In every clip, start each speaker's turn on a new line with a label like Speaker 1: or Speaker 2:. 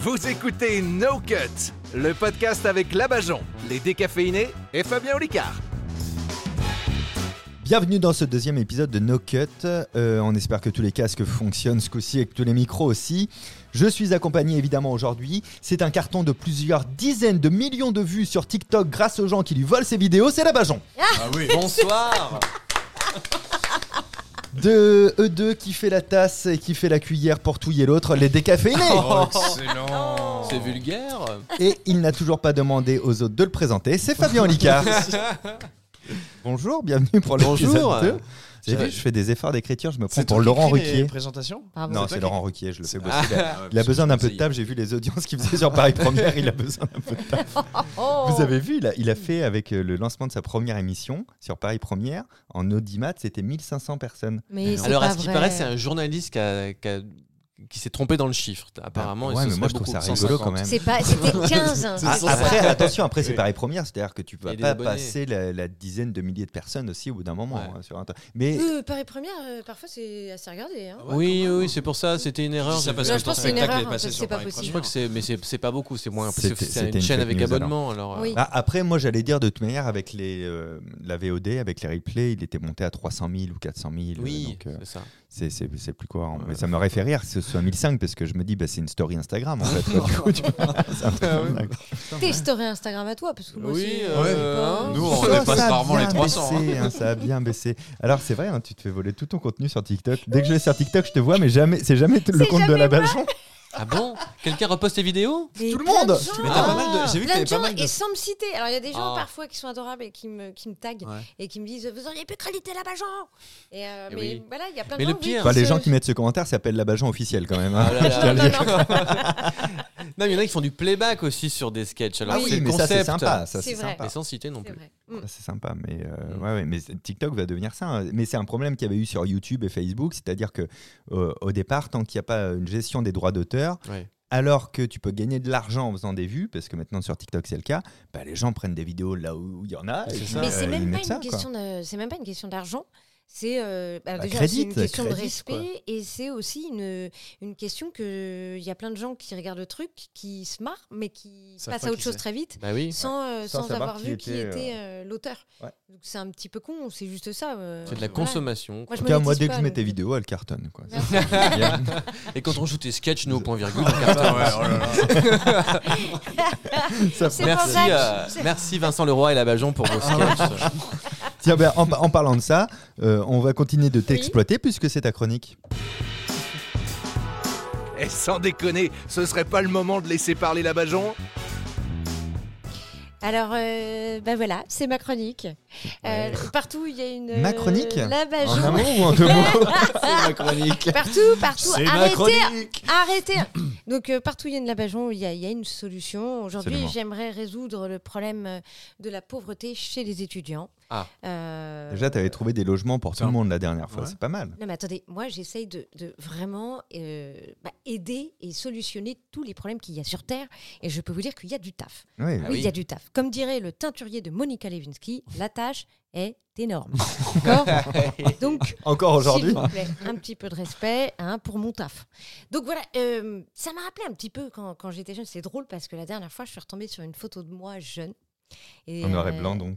Speaker 1: Vous écoutez No Cut, le podcast avec Labajon, les décaféinés et Fabien Olicard.
Speaker 2: Bienvenue dans ce deuxième épisode de No Cut. Euh, on espère que tous les casques fonctionnent ce coup-ci et que tous les micros aussi. Je suis accompagné évidemment aujourd'hui. C'est un carton de plusieurs dizaines de millions de vues sur TikTok grâce aux gens qui lui volent ses vidéos. C'est Labajon.
Speaker 3: Ah oui. Bonsoir.
Speaker 2: De E2 qui fait la tasse et qui fait la cuillère pour touiller l'autre, les décaféinés.
Speaker 3: Oh,
Speaker 2: Oh.
Speaker 3: excellent. C'est vulgaire.
Speaker 2: Et il n'a toujours pas demandé aux autres de le présenter. C'est Fabien Olicard. Bonjour, bienvenue pour l'épisode
Speaker 3: Bonjour.
Speaker 2: 2. J'ai vu, je fais des efforts d'écriture, je me prends
Speaker 4: C'est
Speaker 2: pour
Speaker 4: toi qui
Speaker 2: Laurent
Speaker 4: écris les
Speaker 2: Ruquier.
Speaker 4: présentations
Speaker 5: Pardon.
Speaker 2: Non,
Speaker 4: C'est toi
Speaker 2: c'est
Speaker 4: qui-
Speaker 2: Laurent Ruquier, je le fais bosser.
Speaker 3: Ah,
Speaker 2: Il a- Il a besoin d'un peu de table, j'ai vu les audiences qu'il faisait sur Paris Première, il a besoin d'un peu de table.
Speaker 5: Oh.
Speaker 2: Vous avez vu, il a, il a fait avec euh, le lancement de sa première émission sur Paris Première, en audimat, c'était 1500 personnes.
Speaker 5: Mais c'est
Speaker 3: Alors, à
Speaker 5: pas
Speaker 3: ce qui
Speaker 5: vrai.
Speaker 3: paraît, c'est un journaliste qui, a- qui a- qui s'est trompé dans le chiffre, apparemment. et
Speaker 2: ouais,
Speaker 3: ce
Speaker 2: mais
Speaker 3: serait
Speaker 2: moi je trouve
Speaker 3: beaucoup,
Speaker 2: ça rigolo quand
Speaker 3: 150.
Speaker 2: même.
Speaker 5: C'est pas, c'était 15. hein.
Speaker 2: Ah,
Speaker 3: C'est ça.
Speaker 2: après, attention, après c'est
Speaker 4: Oui.
Speaker 2: Paris Première, c'est-à-dire que tu
Speaker 3: Il y
Speaker 2: vas
Speaker 3: a des
Speaker 2: pas
Speaker 3: abonnés.
Speaker 2: passer la, la dizaine de milliers de personnes aussi au bout d'un moment.
Speaker 3: Ouais.
Speaker 2: hein, sur un temps. Mais
Speaker 6: Euh, Paris Première, euh, parfois c'est assez regardé. Hein.
Speaker 3: Oui, oui, c'est pour ça, c'était une erreur.
Speaker 4: ça
Speaker 3: j'ai
Speaker 4: parce
Speaker 3: vu.
Speaker 6: Non,
Speaker 4: que
Speaker 6: je
Speaker 4: ton
Speaker 6: pense que c'est une
Speaker 4: spectacle
Speaker 6: erreur,
Speaker 4: est passé
Speaker 6: c'est
Speaker 4: sur
Speaker 6: pas
Speaker 4: Paris
Speaker 6: possible.
Speaker 3: Je
Speaker 4: Première.
Speaker 3: crois que c'est, mais c'est c'est pas beaucoup, c'est moins parce que
Speaker 2: C'était-
Speaker 3: c'est
Speaker 2: c'était
Speaker 3: une
Speaker 2: une
Speaker 3: chaîne
Speaker 2: fake
Speaker 3: avec
Speaker 2: news,
Speaker 3: abonnement. Alors, euh,
Speaker 5: Oui.
Speaker 2: Ah, après, moi, j'allais dire de toute manière, avec les, euh, la VOD, avec les replays, il était monté à 300 000 ou 400 000. euh,
Speaker 3: oui,
Speaker 2: donc, euh,
Speaker 3: c'est ça.
Speaker 2: c'est- c'est c'est plus cohérent.
Speaker 3: Ouais.
Speaker 2: Mais ça me réfère rire que ce soit 1005 parce que je me dis, bah, c'est une story Instagram en fait. Du coup, tu vois,
Speaker 4: Ah
Speaker 2: c'est un peu dingue.
Speaker 5: Tes stories Instagram à toi, parce que moi
Speaker 3: Oui,
Speaker 5: c'est-
Speaker 3: euh,
Speaker 5: j'ai pas-
Speaker 4: nous, on
Speaker 2: Oh, Ça,
Speaker 4: dépasse
Speaker 2: ça a
Speaker 4: rarement les
Speaker 2: bien
Speaker 4: 300,
Speaker 2: baissé, hein, ça a bien baissé. Alors, c'est vrai, hein, tu te fais voler tout ton contenu sur TikTok. Dès que je vais sur TikTok, je te vois, mais jamais, c'est jamais le
Speaker 5: C'est
Speaker 2: compte de
Speaker 5: jamais
Speaker 2: la Bajon.
Speaker 3: Ah bon Quelqu'un reposte les vidéos
Speaker 5: Et
Speaker 2: Tout le
Speaker 5: plein
Speaker 2: monde.
Speaker 5: de gens.
Speaker 4: Mais t'as pas mal de- j'ai vu que
Speaker 5: Plein
Speaker 4: t'avais
Speaker 5: de
Speaker 4: pas
Speaker 5: gens,
Speaker 4: mal de-
Speaker 5: Et sans me citer. Alors, il y a des gens
Speaker 3: Ah.
Speaker 5: parfois qui sont adorables et qui me, qui me taguent
Speaker 3: Ouais.
Speaker 5: et qui me disent Vous auriez pu créditer la Bajan Et euh,
Speaker 3: Eh
Speaker 5: mais
Speaker 3: oui.
Speaker 5: voilà, il y a plein
Speaker 3: Mais
Speaker 5: de
Speaker 3: le
Speaker 5: gens. oui,
Speaker 3: pire-
Speaker 5: qui
Speaker 2: Enfin, Bah, les
Speaker 5: se-
Speaker 2: gens qui mettent ce commentaire s'appellent la Bajon officielle quand même. hein.
Speaker 3: Ah là là.
Speaker 2: Je tiens à le
Speaker 5: Non,
Speaker 2: dire.
Speaker 5: non, non,
Speaker 3: Non, mais il y en a qui font du playback aussi sur des sketchs. Alors,
Speaker 2: Ah
Speaker 3: c'est
Speaker 2: oui,
Speaker 3: le
Speaker 2: mais ça,
Speaker 3: concept.
Speaker 2: c'est sympa. ça,
Speaker 5: C'est
Speaker 2: c'est
Speaker 5: vrai.
Speaker 2: sympa.
Speaker 3: Mais sans citer non
Speaker 5: c'est
Speaker 3: plus.
Speaker 5: vrai. Mm.
Speaker 2: Ça, c'est sympa, mais, euh,
Speaker 3: Mm.
Speaker 2: ouais, ouais, mais c'est- TikTok va devenir ça. hein. Mais c'est un problème qu'il y avait eu sur YouTube et Facebook, c'est-à-dire que euh, au départ, tant qu'il n'y a pas euh, une gestion des droits d'auteur,
Speaker 3: Ouais.
Speaker 2: alors que tu peux gagner de l'argent en faisant des vues, parce que maintenant sur TikTok c'est le cas, bah, les gens prennent des vidéos là où il y en a. et
Speaker 3: C'est
Speaker 2: puis,
Speaker 3: ça.
Speaker 5: Mais
Speaker 2: euh,
Speaker 5: c'est
Speaker 2: ils
Speaker 5: même, pas
Speaker 2: mettent
Speaker 5: une
Speaker 2: ça, quoi.
Speaker 5: question de- c'est même pas une question d'argent. C'est euh, bah,
Speaker 2: Bah,
Speaker 5: déjà,
Speaker 2: crédit,
Speaker 5: c'est une question de
Speaker 2: crédit,
Speaker 5: respect et c'est aussi une, une question que il y a plein de gens qui regardent le truc, qui se marrent, mais qui
Speaker 4: Savent
Speaker 5: passent
Speaker 4: pas
Speaker 5: à autre
Speaker 4: qui
Speaker 5: chose
Speaker 4: c'est.
Speaker 5: très vite.
Speaker 3: Bah oui.
Speaker 5: Sans, euh,
Speaker 2: Sans
Speaker 5: sans
Speaker 2: savoir
Speaker 5: avoir
Speaker 2: qui
Speaker 5: vu qui
Speaker 2: était,
Speaker 5: était,
Speaker 2: euh,
Speaker 5: euh, l'auteur.
Speaker 2: ouais.
Speaker 5: Donc c'est un petit peu con, c'est juste ça. euh.
Speaker 3: C'est de la
Speaker 5: Voilà.
Speaker 3: consommation.
Speaker 5: Moi,
Speaker 2: En
Speaker 5: je
Speaker 2: tout cas, moi,
Speaker 5: monétise
Speaker 2: dès que
Speaker 5: pas,
Speaker 2: je mets tes
Speaker 5: donc, euh,
Speaker 2: vidéos, elles cartonnent. Quoi.
Speaker 5: Merci.
Speaker 2: C'est bien.
Speaker 3: Et quand on joue tes sketchs, nous au point virgule.
Speaker 4: Ah ouais, oh là là.
Speaker 2: Ça
Speaker 5: C'est
Speaker 3: Merci,
Speaker 5: pour ça que-
Speaker 3: euh,
Speaker 5: c'est-
Speaker 3: merci Vincent Leroy et la Bajon pour
Speaker 2: Ah,
Speaker 3: vos sketchs.
Speaker 2: Tiens, ben, en, en parlant de ça, euh, on va continuer de t'exploiter puisque c'est ta chronique.
Speaker 1: Et sans déconner, ce serait pas le moment de laisser parler Labajon
Speaker 5: Alors, euh, bah voilà, c'est ma chronique. Euh, Partout, il y a une. euh,
Speaker 2: Ma chronique
Speaker 5: La
Speaker 2: En un mot ou en deux mots
Speaker 3: ma chronique.
Speaker 5: Partout, partout.
Speaker 4: C'est ma
Speaker 5: Arrêtez,
Speaker 4: chronique.
Speaker 5: Arrêtez Donc euh, partout il y a une labajon, il y, a- il y a une solution. Aujourd'hui,
Speaker 2: Absolument.
Speaker 5: j'aimerais résoudre le problème euh, de la pauvreté chez les étudiants.
Speaker 3: Ah.
Speaker 5: Euh,
Speaker 2: Déjà, tu avais trouvé des logements pour tout le
Speaker 4: Tiens.
Speaker 2: monde la dernière fois,
Speaker 4: Ouais.
Speaker 2: c'est pas mal.
Speaker 5: Non mais attendez, moi j'essaye de, de vraiment euh, bah, aider et solutionner tous les problèmes qu'il y a sur Terre et je peux vous dire qu'il y a du taf.
Speaker 2: Oui.
Speaker 3: Ah
Speaker 5: oui,
Speaker 3: oui.
Speaker 5: il y a du taf. Comme dirait le teinturier de Monica Lewinsky, la tâche est énorme. D'accord Donc
Speaker 2: Encore aujourd'hui
Speaker 5: S'il vous plaît, un petit peu de respect hein, pour mon taf. Donc voilà, euh, ça m'a rappelé un petit peu quand, quand j'étais jeune. C'est drôle parce que la dernière fois, je suis retombée sur une photo de moi jeune. Et,
Speaker 2: En noir et
Speaker 5: euh,
Speaker 2: blanc, donc.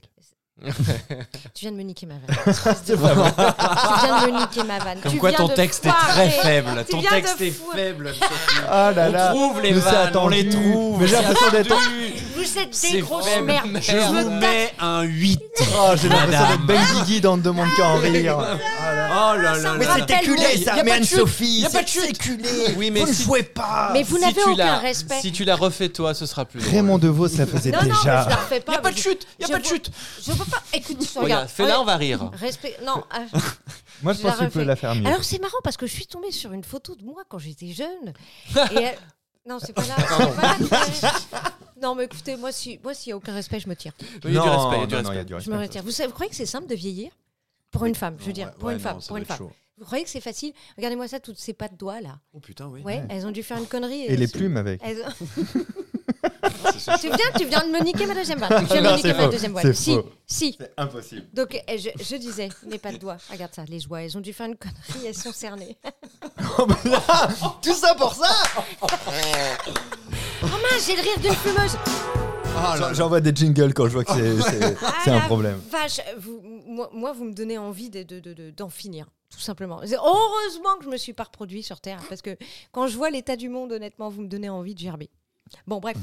Speaker 5: Tu viens de me niquer ma vanne. tu viens de me niquer ma vanne.
Speaker 4: Comme
Speaker 5: Tu
Speaker 4: quoi
Speaker 5: viens
Speaker 4: ton
Speaker 5: de
Speaker 4: texte est
Speaker 5: foirer.
Speaker 4: très faible.
Speaker 5: Tu
Speaker 4: Ton
Speaker 5: viens
Speaker 4: texte
Speaker 5: de
Speaker 4: est
Speaker 5: fou-
Speaker 4: faible.
Speaker 2: Ah là
Speaker 4: On trouve les
Speaker 2: Mais c'est
Speaker 4: vannes, on
Speaker 2: attendu.
Speaker 4: les trouve.
Speaker 2: Mais j'ai
Speaker 4: C'est
Speaker 2: l'impression d'être-
Speaker 4: attendu.
Speaker 5: Vous êtes des
Speaker 4: C'est
Speaker 5: grosses
Speaker 4: faible.
Speaker 5: merdes.
Speaker 4: Je vous
Speaker 5: me tape.
Speaker 4: mets un 8.
Speaker 2: Oh, j'ai l'impression d'être Ben Guigui dans Ne demande qu'à en rire.
Speaker 4: Oh là là
Speaker 5: Ça
Speaker 4: là.
Speaker 5: me rappelle-
Speaker 2: ça, mais Anne-Sophie,
Speaker 4: pas de
Speaker 2: c'est culé.
Speaker 3: Oui, mais si,
Speaker 2: pas.
Speaker 5: Mais vous
Speaker 3: si
Speaker 5: n'avez
Speaker 3: tu
Speaker 5: aucun
Speaker 3: la-
Speaker 5: respect.
Speaker 3: Si tu la refais, toi, ce sera plus. drôle.
Speaker 2: Raymond Devos, ça faisait
Speaker 5: non, non, mais je
Speaker 2: déjà.
Speaker 5: la refais pas.
Speaker 4: Y a pas de
Speaker 5: mais je-
Speaker 4: chute, Oh, y a
Speaker 5: je
Speaker 4: pas de
Speaker 5: vois-
Speaker 4: chute.
Speaker 5: Je peux pas. Écoute,
Speaker 3: Regarde,
Speaker 5: regarde.
Speaker 3: fais-la, on va rire.
Speaker 5: Respect. Non. ah.
Speaker 2: Moi, je
Speaker 5: je la
Speaker 2: pense que tu peux
Speaker 5: refais.
Speaker 2: la faire mieux.
Speaker 5: Alors c'est marrant parce que je suis tombée sur une photo de moi quand j'étais jeune. Et elle- Non, c'est pas là. c'est pas là que je- non, mais écoutez, moi, si, moi, s'il n'y a aucun respect, je me tire.
Speaker 3: Il y a du respect, il y a du
Speaker 2: non, non,
Speaker 3: respect.
Speaker 2: il y a du
Speaker 5: Je
Speaker 2: respect.
Speaker 5: me retire. Vous, savez- vous croyez que c'est simple de vieillir Pour une femme, je veux dire. pour une femme, pour une femme. Vous croyez que c'est facile Regardez-moi ça, toutes ces pattes doigts, là.
Speaker 4: Oh putain, oui.
Speaker 5: Ouais, elles ont dû faire une connerie. euh,
Speaker 2: Et les plumes avec.
Speaker 5: Elles ont- tu, viens, tu viens de me niquer ma deuxième balle. Tu viens de me
Speaker 2: Non, c'est
Speaker 5: niquer ma
Speaker 2: faux,
Speaker 5: deuxième
Speaker 2: c'est
Speaker 5: balle. Si,
Speaker 2: faux.
Speaker 5: si.
Speaker 2: C'est impossible.
Speaker 5: eh, Donc, euh, je, je disais, les pattes doigts. Regarde ça, les joies, elles ont dû faire une connerie, elles sont cernées.
Speaker 2: Oh, bah, Tout ça pour ça
Speaker 5: Oh mince, j'ai le rire d'une fumeuse.
Speaker 2: J'en- Ah, J'envoie des jingles quand je vois que c'est- c'est
Speaker 5: Ah,
Speaker 2: c'est un
Speaker 5: la
Speaker 2: problème.
Speaker 5: Vache, vous, moi, moi, vous me donnez envie de- de- de- de- d'en finir, tout simplement. C'est- Heureusement que je me suis pas reproduit sur Terre, parce que quand je vois l'état du monde, honnêtement, vous me donnez envie de gerber. Bon, bref.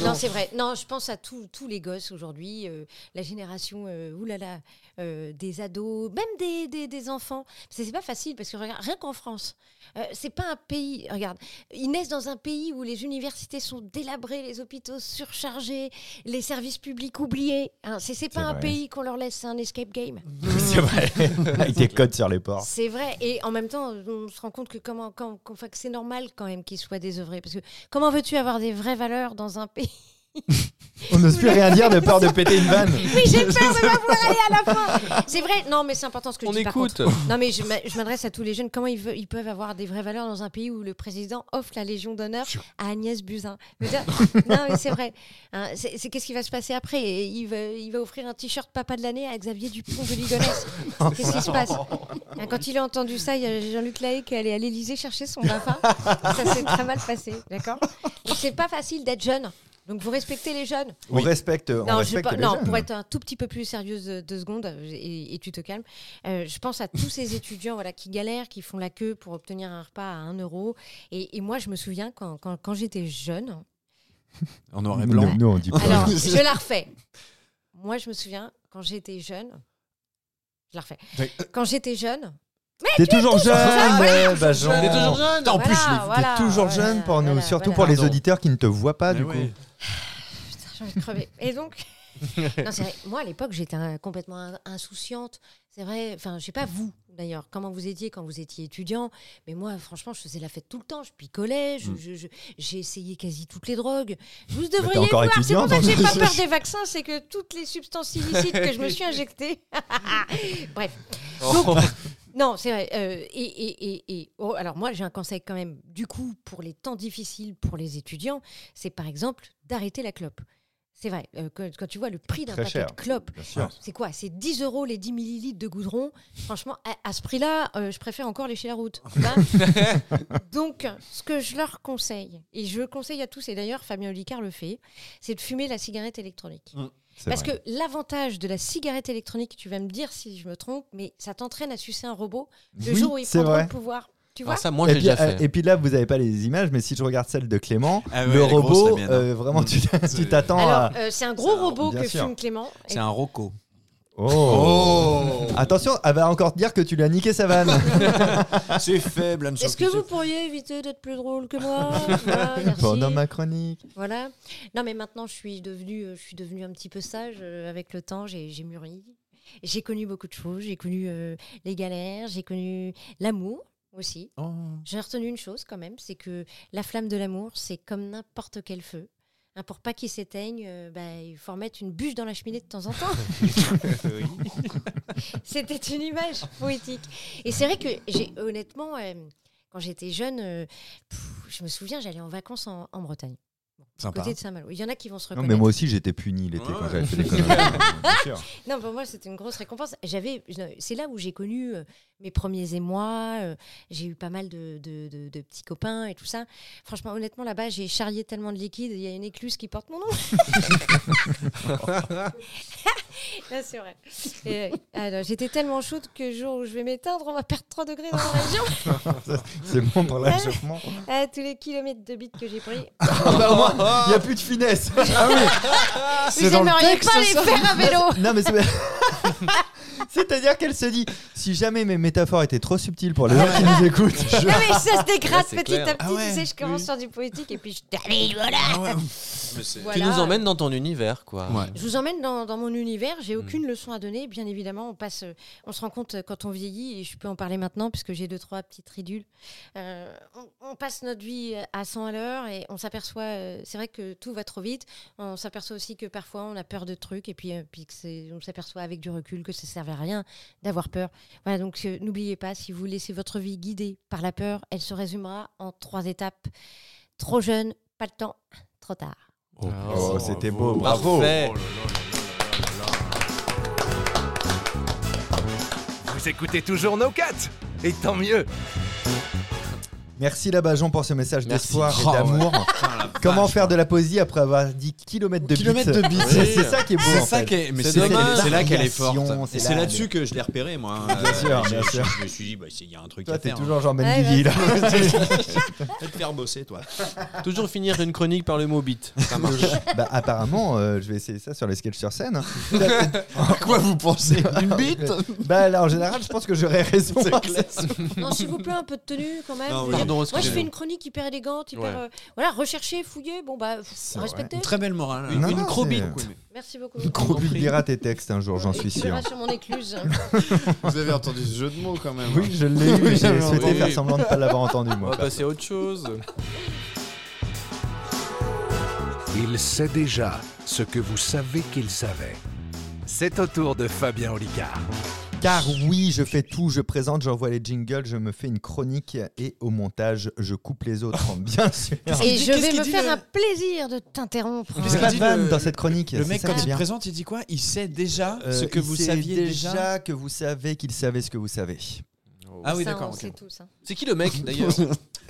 Speaker 5: non, c'est vrai. Non, je pense à tous tous les gosses aujourd'hui, euh, la génération, euh, oulala, euh, des ados, même des, des, des enfants. Parce que C'est pas facile, parce que regarde, rien qu'en France, euh, c'est pas un pays. Regarde, ils naissent dans un pays où les universités sont délabrées, les hôpitaux surchargés, les services publics oubliés. hein. c'est c'est pas
Speaker 2: C'est
Speaker 5: un
Speaker 2: vrai.
Speaker 5: pays qu'on leur laisse, c'est un escape game.
Speaker 2: C'est vrai. Avec des codes sur les ports.
Speaker 5: C'est vrai. Et en même temps, on se rend compte que comment, quand, qu'on- enfin, que c'est normal quand même qu'ils soient désœuvrés. Parce que comment veux-tu avoir des vraies valeurs dans un pays
Speaker 2: On n'ose plus rien dire de peur de péter une vanne.
Speaker 5: Oui, j'ai peur de pas pouvoir aller à la fin. C'est vrai. Non, mais c'est important ce que
Speaker 3: On
Speaker 5: je dis. par
Speaker 3: écoute.
Speaker 5: contre. Non, mais je m'a- je m'adresse à tous les jeunes. Comment ils, veulent- ils peuvent avoir des vraies valeurs dans un pays où le président offre la Légion d'honneur à Agnès Buzyn Je veux dire, Non, mais c'est vrai. Hein, c'est c'est qu'est-ce qui va se passer après Et il va, il va offrir un t-shirt Papa de l'année à Xavier Dupont de Ligonnès. Qu'est-ce qui se passe Hein, Quand il a entendu ça, il y a Jean-Luc Lahaye qui est allé à l'Élysée chercher son BAFA. ça s'est très mal passé, d'accord Donc, C'est pas facile d'être jeune. Donc vous respectez les jeunes.
Speaker 2: On respecte, on
Speaker 5: Non, je
Speaker 2: respecte
Speaker 5: pas-
Speaker 2: les
Speaker 5: non,
Speaker 2: jeunes.
Speaker 5: pour être un tout petit peu plus sérieuse euh, deux secondes, euh, et, et tu te calmes, euh, je pense à tous ces étudiants voilà, qui galèrent, qui font la queue pour obtenir un repas à 1 euro. Et, et moi, je me souviens quand, quand, quand j'étais jeune.
Speaker 3: En noir et
Speaker 2: Nous,
Speaker 3: blanc.
Speaker 2: nous, on dit pas.
Speaker 5: Alors, je la refais. Moi, je me souviens quand j'étais jeune. Je la refais.
Speaker 3: Oui.
Speaker 5: Quand j'étais jeune.
Speaker 2: T'es toujours jeune,
Speaker 5: jeune,
Speaker 2: ouais, bah, Jean.
Speaker 3: T'es toujours jeune
Speaker 5: En plus,
Speaker 2: T'es toujours jeune pour nous, surtout pour les
Speaker 3: Pardon.
Speaker 2: auditeurs qui ne te voient pas
Speaker 3: Mais
Speaker 2: du coup.
Speaker 3: oui.
Speaker 5: Putain, j'ai envie de crever. Et donc, non, c'est vrai, moi à l'époque, j'étais euh, complètement in- insouciante. C'est vrai, enfin, je sais pas vous d'ailleurs, comment vous étiez quand vous étiez étudiant, mais moi, franchement, je faisais la fête tout le temps. Je picolais, je-
Speaker 3: Mm.
Speaker 5: je- je- j'ai essayé quasi toutes les drogues. Vous
Speaker 2: Bah,
Speaker 5: devriez
Speaker 2: t'es encore
Speaker 5: voir, c'est
Speaker 2: étudiant,
Speaker 5: pour ça que j'ai
Speaker 2: donc-
Speaker 5: pas peur des vaccins, c'est que toutes les substances illicites que je me suis injectées. Bref. Donc, non, c'est vrai. euh, et, et- et- et- oh, alors moi, j'ai un conseil quand même, du coup, pour les temps difficiles pour les étudiants, c'est par exemple d'arrêter la clope. C'est vrai, euh, quand, quand tu vois le prix d'un
Speaker 2: Très
Speaker 5: paquet
Speaker 2: cher.
Speaker 5: de clopes,
Speaker 2: Bien sûr.
Speaker 5: c'est quoi C'est 10 euros les 10 millilitres de goudron. Franchement, à, à ce prix-là, euh, je préfère encore les chez la route. tu vois. Donc, ce que je leur conseille, et je le conseille à tous, et d'ailleurs Fabien Olicard le fait, c'est de fumer la cigarette électronique.
Speaker 2: Mmh,
Speaker 5: Parce que l'avantage de la cigarette électronique, tu vas me dire si je me trompe, mais ça t'entraîne à sucer un robot le jour où il
Speaker 2: c'est
Speaker 5: prendra
Speaker 2: vrai.
Speaker 5: le pouvoir. Tu vois
Speaker 3: Alors Ah, ça, moi,
Speaker 2: et,
Speaker 3: j'ai
Speaker 2: puis,
Speaker 3: déjà
Speaker 2: euh,
Speaker 3: fait.
Speaker 2: et puis là, vous n'avez pas les images, mais si je regarde celle de Clément,
Speaker 4: Ah ouais,
Speaker 2: le
Speaker 4: elle est grosse,
Speaker 2: robot,
Speaker 4: la mienne, hein.
Speaker 2: euh, vraiment, tu tu
Speaker 4: C'est-
Speaker 2: t'attends à.
Speaker 5: Alors, euh, c'est un gros
Speaker 4: c'est un-
Speaker 5: robot
Speaker 2: bien
Speaker 5: que
Speaker 2: sûr.
Speaker 5: fume Clément. Et-
Speaker 3: C'est un roco.
Speaker 2: Oh. Attention, elle va encore te dire que tu l'as niqué sa vanne.
Speaker 4: C'est faible, Anne-Sophie,
Speaker 5: Est-ce que vous
Speaker 4: c'est-
Speaker 5: pourriez éviter d'être plus drôle que moi Voilà, Oh, merci.
Speaker 2: Pendant ma chronique.
Speaker 5: Voilà. Non, mais maintenant, je suis devenue, euh, je suis devenue un petit peu sage euh, avec le temps. J'ai j'ai mûri. J'ai connu beaucoup de choses. J'ai connu euh, les galères. J'ai connu l'amour aussi. J'ai retenu une chose quand même, c'est que la flamme de l'amour, c'est comme n'importe quel feu. Hein, pour pas qu'il s'éteigne, euh, bah, il faut remettre une bûche dans la cheminée de temps en temps. C'était une image poétique. Et c'est vrai que j'ai honnêtement, euh, quand j'étais jeune, euh, pff, je me souviens, j'allais en vacances en, en Bretagne,
Speaker 4: Sympa.
Speaker 5: côté de Saint-Malo. Il y en a qui vont se
Speaker 2: Ah bah. Non,
Speaker 5: reconnaître.
Speaker 2: mais moi aussi, j'étais puni l'été quand
Speaker 4: Ouais.
Speaker 2: j'avais fait des conneries. Bien sûr.
Speaker 5: Non, pour moi, c'était une grosse récompense. J'avais, je- c'est là où j'ai connu euh, mes premiers émois. euh, j'ai eu pas mal de, de- de- de petits copains et tout ça. Franchement, honnêtement, là-bas, j'ai charrié tellement de liquide. Il y a une écluse qui porte mon nom. là, c'est vrai. Et, euh, alors, j'étais tellement chaude que le jour où je vais m'éteindre, on va perdre 3 degrés dans la région.
Speaker 2: C'est bon pour l'échauffement.
Speaker 5: À tous les kilomètres de bite que j'ai pris.
Speaker 4: Ah,
Speaker 2: Bah, au moins, il n'y a plus de finesse.
Speaker 5: Vous aimeriez pas les faire à vélo.
Speaker 2: Non, mais c'est. C'est-à-dire qu'elle se dit, si jamais mes métaphores étaient trop subtiles pour les gens qui nous écoutent,
Speaker 5: Non mais ça se dégrade
Speaker 3: Là, c'est
Speaker 5: petit
Speaker 3: clair.
Speaker 5: à petit,
Speaker 4: Ah ouais,
Speaker 5: tu sais, je commence sur du poétique et puis je... Allez, voilà,
Speaker 4: Ah ouais.
Speaker 3: Tu
Speaker 5: Voilà.
Speaker 3: nous emmènes dans ton univers, quoi.
Speaker 4: Ouais.
Speaker 5: Je vous emmène dans, dans mon univers. J'ai aucune leçon à donner. Bien évidemment, on passe, euh, on se rend compte euh, quand on vieillit, et je peux en parler maintenant puisque j'ai deux trois petites ridules. euh, on, on passe notre vie euh, à 100 à l'heure et on s'aperçoit. euh, c'est vrai que tout va trop vite. On s'aperçoit aussi que parfois on a peur de trucs et puis, euh, puis que c'est- on s'aperçoit avec du recul que ça servait à rien d'avoir peur. Voilà. Donc euh, n'oubliez pas, si vous laissez votre vie guidée par la peur, elle se résumera en trois étapes. Trop jeune, pas le temps, trop tard.
Speaker 3: Oh,
Speaker 2: Oh, c'était beau, bravo. oh,
Speaker 3: Parfait.
Speaker 1: Vous écoutez toujours No Cut Et tant mieux
Speaker 2: Merci Labajon pour ce message
Speaker 3: Merci.
Speaker 2: d'espoir
Speaker 4: Oh,
Speaker 2: et d'amour. Comment faire de la poésie après avoir dit kilomètres de
Speaker 4: Kilomètres
Speaker 2: beats
Speaker 4: de beats.
Speaker 2: C'est c'est ça qui est beau.
Speaker 4: C'est
Speaker 2: en
Speaker 4: ça
Speaker 2: fait.
Speaker 4: qui est- mais
Speaker 3: C'est
Speaker 4: c'est là
Speaker 3: dommage.
Speaker 4: qu'elle est- c'est là qu'elle est
Speaker 2: L'aviation,
Speaker 4: forte.
Speaker 2: c'est
Speaker 4: Et c'est
Speaker 2: là-
Speaker 4: là-dessus que je l'ai repéré, moi. hein.
Speaker 2: Bien sûr,
Speaker 4: j'ai-
Speaker 2: bien
Speaker 4: j'ai-
Speaker 2: sûr.
Speaker 4: Je me suis dit, bah, c'est- il y a un truc
Speaker 2: Toi,
Speaker 4: à
Speaker 2: t'es
Speaker 4: faire.
Speaker 2: toujours Jean
Speaker 5: Ouais,
Speaker 2: Benguigui là.
Speaker 4: Fais te faire bosser, toi.
Speaker 3: Toujours finir une chronique par le mot beat. Ça marche.
Speaker 2: Bah, apparemment, euh, je vais essayer ça sur les sketchs sur scène.
Speaker 4: À quoi vous pensez Une bite
Speaker 2: Bah là, en général, je pense que j'aurais raison.
Speaker 5: Non, s'il vous plaît, un peu de tenue quand même.
Speaker 4: Non, oui.
Speaker 3: Pardon,
Speaker 5: Moi, je fais
Speaker 3: excusez-moi.
Speaker 5: une chronique hyper élégante, hyper.
Speaker 3: Ouais.
Speaker 5: euh, voilà, recherchée, fouillée. Bon, bah,
Speaker 2: vrai.
Speaker 5: respectez.
Speaker 4: Très belle morale.
Speaker 2: Non, non,
Speaker 4: Une crobite.
Speaker 2: c'est-
Speaker 5: Merci beaucoup.
Speaker 2: Gros publiera tes textes un jour, j'en
Speaker 5: Et
Speaker 2: suis
Speaker 5: tu
Speaker 2: sûr.
Speaker 5: verras sur mon écluse.
Speaker 4: Vous avez entendu ce jeu de mots quand même. hein.
Speaker 2: Oui, je l'ai eu, j'ai
Speaker 4: j'avais
Speaker 2: souhaité
Speaker 3: entendu.
Speaker 2: faire semblant de ne pas l'avoir entendu,
Speaker 3: On
Speaker 2: moi.
Speaker 3: va passer à autre chose.
Speaker 1: Il sait déjà ce que vous savez qu'il savait. C'est au tour de Fabien Olicard.
Speaker 2: Car oui, je fais tout, je présente, j'envoie les jingles, je me fais une chronique et au montage, je coupe les autres, bien sûr.
Speaker 5: Et je
Speaker 4: Qu'est-ce
Speaker 5: vais
Speaker 4: qu'il
Speaker 5: me
Speaker 4: dit,
Speaker 5: faire
Speaker 4: le-
Speaker 5: un plaisir de t'interrompre.
Speaker 4: Mais
Speaker 2: Il n'y a pas de
Speaker 4: dit
Speaker 2: vanne
Speaker 4: le-
Speaker 2: dans cette chronique.
Speaker 4: Le mec,
Speaker 2: c'est ça
Speaker 4: quand
Speaker 2: qui est
Speaker 4: il
Speaker 2: bien.
Speaker 4: présente, il dit quoi Il sait déjà
Speaker 2: Euh,
Speaker 4: ce que
Speaker 2: il
Speaker 4: vous
Speaker 2: sait
Speaker 4: saviez déjà.
Speaker 2: que vous savez qu'il savait ce que vous savez.
Speaker 4: Ah oui,
Speaker 5: Ça,
Speaker 4: d'accord.
Speaker 5: on
Speaker 4: ok.
Speaker 5: sait tous. hein.
Speaker 3: C'est qui le mec d'ailleurs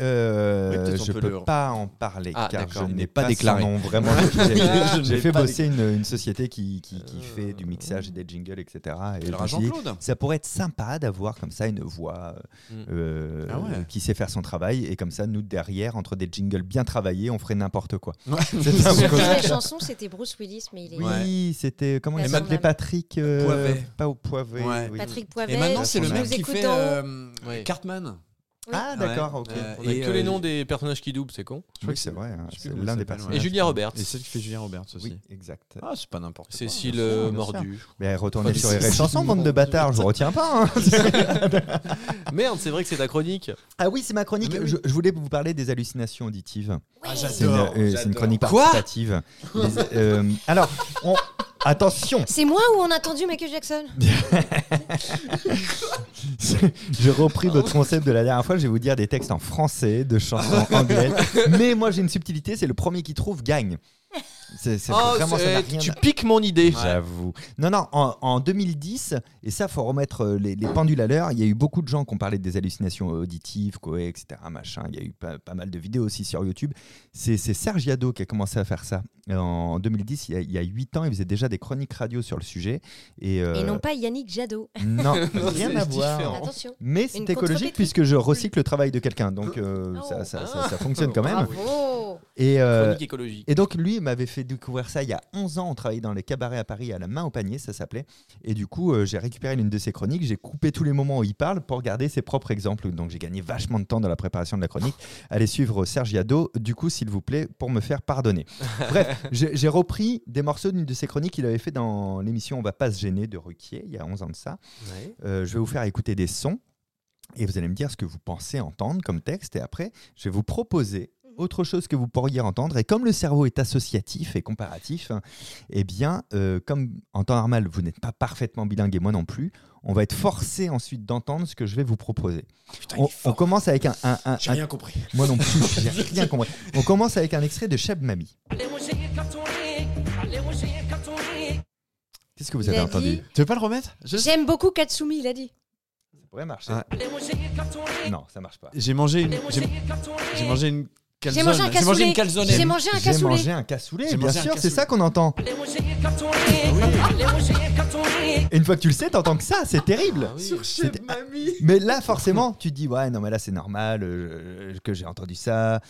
Speaker 2: Euh,
Speaker 3: Oui, peut-être on
Speaker 2: je
Speaker 3: peut
Speaker 2: peux
Speaker 3: le-
Speaker 2: pas en parler
Speaker 3: Ah,
Speaker 2: car je
Speaker 3: d'accord.
Speaker 2: n'ai
Speaker 3: N'est
Speaker 2: pas,
Speaker 3: pas déclaré.
Speaker 2: son nom, vraiment. je- j'ai-
Speaker 4: Je ne
Speaker 2: J'ai
Speaker 4: l'ai
Speaker 2: fait
Speaker 4: pas
Speaker 2: bosser une, une société qui, qui- qui
Speaker 3: Euh,
Speaker 2: fait du mixage et des jingles, etc. Et je
Speaker 4: Alors
Speaker 2: me
Speaker 4: à
Speaker 2: suis dit,
Speaker 4: Jean-Claude.
Speaker 2: ça pourrait être sympa d'avoir comme ça une voix euh,
Speaker 3: Mm.
Speaker 2: euh,
Speaker 4: Ah ouais.
Speaker 2: qui sait faire son travail et comme ça nous derrière entre des jingles bien travaillés on ferait n'importe quoi.
Speaker 4: Ouais.
Speaker 2: C'est un
Speaker 5: Sur
Speaker 2: peu-
Speaker 5: les chansons, c'était Bruce Willis, mais il est.
Speaker 2: Oui, c'était comment il
Speaker 5: Elle
Speaker 2: s'appelait
Speaker 5: s'appelle-
Speaker 2: Patrick euh,
Speaker 4: Poivet.
Speaker 2: pas au Poivet.
Speaker 4: Ouais.
Speaker 2: oui.
Speaker 5: Patrick Poivet.
Speaker 4: Et maintenant, c'est le
Speaker 2: Nous
Speaker 4: mec qui
Speaker 5: écoutons.
Speaker 4: fait euh,
Speaker 3: Ouais.
Speaker 4: Cartman.
Speaker 2: Ah
Speaker 4: Ouais.
Speaker 2: d'accord, ok.
Speaker 4: Euh,
Speaker 3: On a
Speaker 4: et,
Speaker 3: que
Speaker 4: euh,
Speaker 3: les noms des personnages qui doublent, c'est con.
Speaker 2: Je crois que c'est vrai, hein,
Speaker 4: je sais
Speaker 2: c'est
Speaker 4: plus comment
Speaker 2: l'un
Speaker 4: il
Speaker 2: des
Speaker 4: s'appelle,
Speaker 2: personnages.
Speaker 4: ouais.
Speaker 3: Et Julia Roberts.
Speaker 4: Et celle qui fait Julien Roberts aussi.
Speaker 2: Oui, exact.
Speaker 4: Ah, c'est pas n'importe quoi.
Speaker 3: Cécile
Speaker 4: bien sûr,
Speaker 3: euh,
Speaker 4: bien sûr.
Speaker 3: Mordu.
Speaker 2: Mais retournez
Speaker 4: Oh,
Speaker 2: sur
Speaker 4: mais
Speaker 2: les
Speaker 4: c'est-
Speaker 2: chansons, bande de bâtards, je retiens pas. hein.
Speaker 3: Merde, c'est vrai que c'est ta chronique.
Speaker 2: ah oui, c'est ma chronique.
Speaker 4: Mais oui.
Speaker 2: Je, je voulais vous parler des hallucinations auditives.
Speaker 4: Ah,
Speaker 2: C'est une,
Speaker 4: j'adore.
Speaker 2: euh, c'est une
Speaker 4: j'adore.
Speaker 2: chronique
Speaker 3: Quoi
Speaker 2: participative. Les- euh, alors, on- attention,
Speaker 5: C'est moi ou on a attendu Michael Jackson
Speaker 2: j'ai repris votre
Speaker 3: Ah
Speaker 2: concept de la dernière fois. Je vais vous dire des textes en français, de chansons anglaises. Mais moi, j'ai une subtilité c'est le premier qui trouve gagne. C'est c'est
Speaker 3: Oh,
Speaker 2: vraiment, ça n'a
Speaker 3: c'est-
Speaker 2: rien
Speaker 3: tu
Speaker 2: à-
Speaker 3: piques mon idée.
Speaker 2: J'avoue. Non, non, en, en 2010, et ça, faut remettre euh, les, les pendules à l'heure, il y a eu beaucoup de gens qui ont parlé des hallucinations auditives, quoi, etc. Machin. Il y a eu pas, pas mal de vidéos aussi sur YouTube. C'est c'est Serge Yado qui a commencé à faire ça. En 2010, il y a- il y a 8 ans, il faisait déjà des chroniques radio sur le sujet. Et, euh,
Speaker 5: Et non pas Yannick Jadot.
Speaker 2: non,
Speaker 3: Non,
Speaker 2: rien
Speaker 3: c'est
Speaker 2: à voir.
Speaker 3: différent.
Speaker 5: Attention.
Speaker 2: Mais c'est
Speaker 5: Une
Speaker 2: écologique
Speaker 5: contre-technique.
Speaker 2: puisque je recycle le travail de quelqu'un, donc euh,
Speaker 5: Oh.
Speaker 2: ça, ça- ça- ça fonctionne quand même.
Speaker 5: Bravo
Speaker 2: Et, euh,
Speaker 3: Chronique écologique.
Speaker 2: et donc lui il m'avait fait découvrir ça il y a 11 ans, on travaillait dans les cabarets à Paris à la main au panier, ça s'appelait. Et du coup euh, j'ai récupéré l'une de ses chroniques, j'ai coupé tous les moments où il parle pour garder ses propres exemples. Donc j'ai gagné vachement de temps dans la préparation de la chronique. Allez suivre Serge Yado, du coup s'il vous plaît, pour me faire pardonner. Bref, j'ai j'ai repris des morceaux d'une de ses chroniques qu'il avait fait dans l'émission On va pas se gêner de Ruquier, il y a 11 ans de ça.
Speaker 3: Ouais.
Speaker 2: Euh, je vais vous faire écouter des sons et vous allez me dire ce que vous pensez entendre comme texte et après je vais vous proposer
Speaker 5: Mhm.
Speaker 2: autre chose que vous pourriez entendre et comme le cerveau est associatif et comparatif hein, eh bien euh, comme en temps normal vous n'êtes pas parfaitement bilingue et moi non plus on va être forcé ensuite d'entendre ce que je vais vous proposer
Speaker 4: Putain, il est
Speaker 2: on, on
Speaker 4: fort.
Speaker 2: commence avec un, un- un-
Speaker 4: J'ai
Speaker 2: un-
Speaker 4: rien compris.
Speaker 2: moi non plus j'ai rien compris. on commence avec un extrait de Cheb Mami qu'est-ce que vous
Speaker 5: Il
Speaker 2: avez
Speaker 5: a
Speaker 2: entendu
Speaker 5: dit-
Speaker 4: Tu veux pas le remettre
Speaker 5: J'aime beaucoup Katsumi, il a dit.
Speaker 2: ça pourrait marcher
Speaker 4: Ah.
Speaker 2: non ça marche pas
Speaker 4: J'ai mangé une. J'ai j'ai mangé une calzone.
Speaker 5: mangé un
Speaker 4: J'ai mangé
Speaker 5: cassoulet.
Speaker 4: une calzone.
Speaker 5: J'ai mangé un
Speaker 2: J'ai
Speaker 5: cassoulet.
Speaker 2: mangé un cassoulet,
Speaker 4: J'ai
Speaker 2: bien
Speaker 4: mangé un
Speaker 2: sûr, c'est
Speaker 4: cassoulet.
Speaker 2: ça qu'on entend. Et une fois que tu le sais, t'entends que ça, c'est terrible.
Speaker 3: Ah oui.
Speaker 2: C'était- Mais là, forcément, tu te dis, ouais, non, mais là, c'est normal euh, je- que j'ai entendu ça.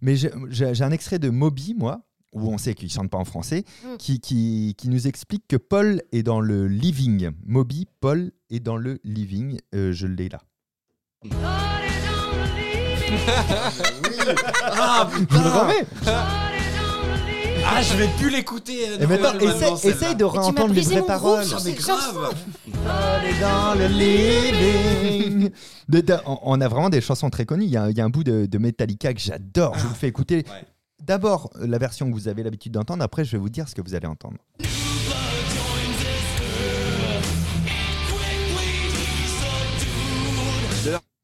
Speaker 2: Mais je- j'ai j'ai un extrait de Moby, moi, où on sait qu'il chante pas en français,
Speaker 5: Mm.
Speaker 2: qui, qui, qui nous explique que Paul est dans le living. Moby, Paul est dans le living. Euh, je l'ai là.
Speaker 4: Ah
Speaker 2: Je le
Speaker 4: putain
Speaker 2: remets.
Speaker 4: Ah, je vais plus l'écouter. euh,
Speaker 2: Et maintenant,
Speaker 4: normalement,
Speaker 2: essaye,
Speaker 4: celle-là.
Speaker 2: essaye de
Speaker 5: m'as
Speaker 2: réentendre les
Speaker 5: brisé
Speaker 2: vraies
Speaker 5: mon
Speaker 2: paroles.
Speaker 5: groove sur
Speaker 4: Ah, mais
Speaker 5: Ces chansons.
Speaker 4: grave
Speaker 2: Paul est dans le living. De- de- on- on a vraiment des chansons très connues. Il y a, il y a un bout de, de Metallica que j'adore. Je vous le fais écouter.
Speaker 4: Ouais.
Speaker 2: D'abord, la version que vous avez l'habitude d'entendre. Après, je vais vous dire ce que vous allez entendre.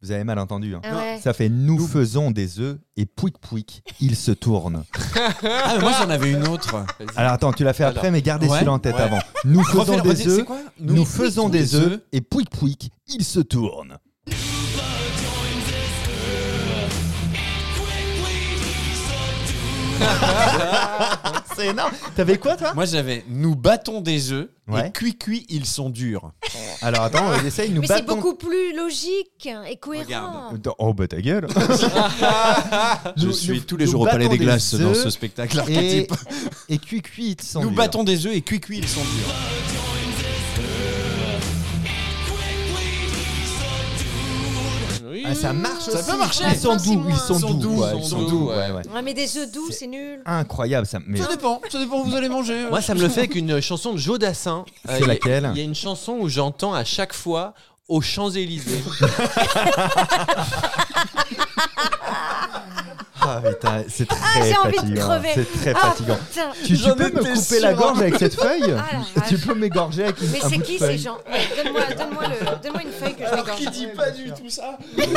Speaker 2: Vous avez mal entendu. hein.
Speaker 5: Ah ouais.
Speaker 2: Ça fait nous faisons des œufs et pouic pouic, ils se tournent.
Speaker 7: Ah, mais moi j'en avais une autre.
Speaker 3: Vas-y.
Speaker 2: Alors attends, tu l'as fait
Speaker 3: Alors.
Speaker 2: après, mais gardez
Speaker 7: Ouais.
Speaker 2: celui-là en tête
Speaker 7: Ouais.
Speaker 2: avant. Nous faisons
Speaker 7: Refais-le,
Speaker 2: des
Speaker 7: redis- c'est
Speaker 2: œufs,
Speaker 7: quoi
Speaker 2: nous, faisons des œufs et pouic pouic, ils se tournent. C'est énorme. T'avais quoi toi
Speaker 7: Moi j'avais nous battons des œufs
Speaker 2: Ouais.
Speaker 7: et cuit cuit ils sont durs.
Speaker 2: Alors attends, euh, essaye, nous
Speaker 5: Mais c'est
Speaker 2: battons.
Speaker 5: beaucoup plus logique et cohérent.
Speaker 2: Attends, Oh bah ta gueule.
Speaker 7: Je
Speaker 2: Nous-
Speaker 7: suis
Speaker 2: nous-
Speaker 7: tous les
Speaker 2: nous
Speaker 7: jours au Palais
Speaker 2: battons
Speaker 7: des Glaces dans
Speaker 2: œufs
Speaker 7: ce spectacle
Speaker 2: Et,
Speaker 7: archétype.
Speaker 2: et cuit cuit, ils sont
Speaker 7: Nous
Speaker 2: durs.
Speaker 7: battons des œufs et cuit cuit ils sont durs.
Speaker 3: Oui,
Speaker 2: Ah, ça marche
Speaker 7: Ça
Speaker 2: aussi.
Speaker 7: peut marcher.
Speaker 2: Ils sont
Speaker 5: Enfin, c'est
Speaker 2: doux, ils
Speaker 5: moins-
Speaker 2: sont,
Speaker 7: Ils
Speaker 2: doux,
Speaker 7: sont doux,
Speaker 2: ouais,
Speaker 7: ils
Speaker 2: ils
Speaker 7: sont
Speaker 2: sont
Speaker 7: doux,
Speaker 2: doux, ouais, ouais.
Speaker 5: Ouais, mais des œufs doux,
Speaker 2: C'est-
Speaker 5: c'est nul.
Speaker 2: Incroyable ça. Mais
Speaker 7: Ça dépend, ça dépend vous allez manger.
Speaker 3: Moi, ça me le fait avec une chanson de Joe Dassin. Euh,
Speaker 2: C'est
Speaker 3: il y a-
Speaker 2: laquelle
Speaker 3: Il y a une chanson où j'entends à chaque fois aux Champs-Élysées.
Speaker 2: Ah, putain, c'est très
Speaker 5: j'ai envie de
Speaker 2: fatigant.
Speaker 5: crever.
Speaker 2: C'est très
Speaker 5: Ah
Speaker 2: fatigant.
Speaker 5: putain
Speaker 2: Tu, tu
Speaker 7: J'en
Speaker 2: peux me
Speaker 7: étais
Speaker 2: couper
Speaker 7: sûr.
Speaker 2: la gorge avec cette feuille
Speaker 5: Ah, la
Speaker 2: Tu
Speaker 5: vache.
Speaker 2: peux m'égorger avec une
Speaker 5: Mais
Speaker 2: un
Speaker 5: c'est
Speaker 2: bout de
Speaker 5: qui ces
Speaker 2: feuille.
Speaker 5: gens Ouais, Donne-moi donne-moi le- donne-moi une feuille que je m'égorge.
Speaker 7: dit pas du tout ça
Speaker 5: Mais non,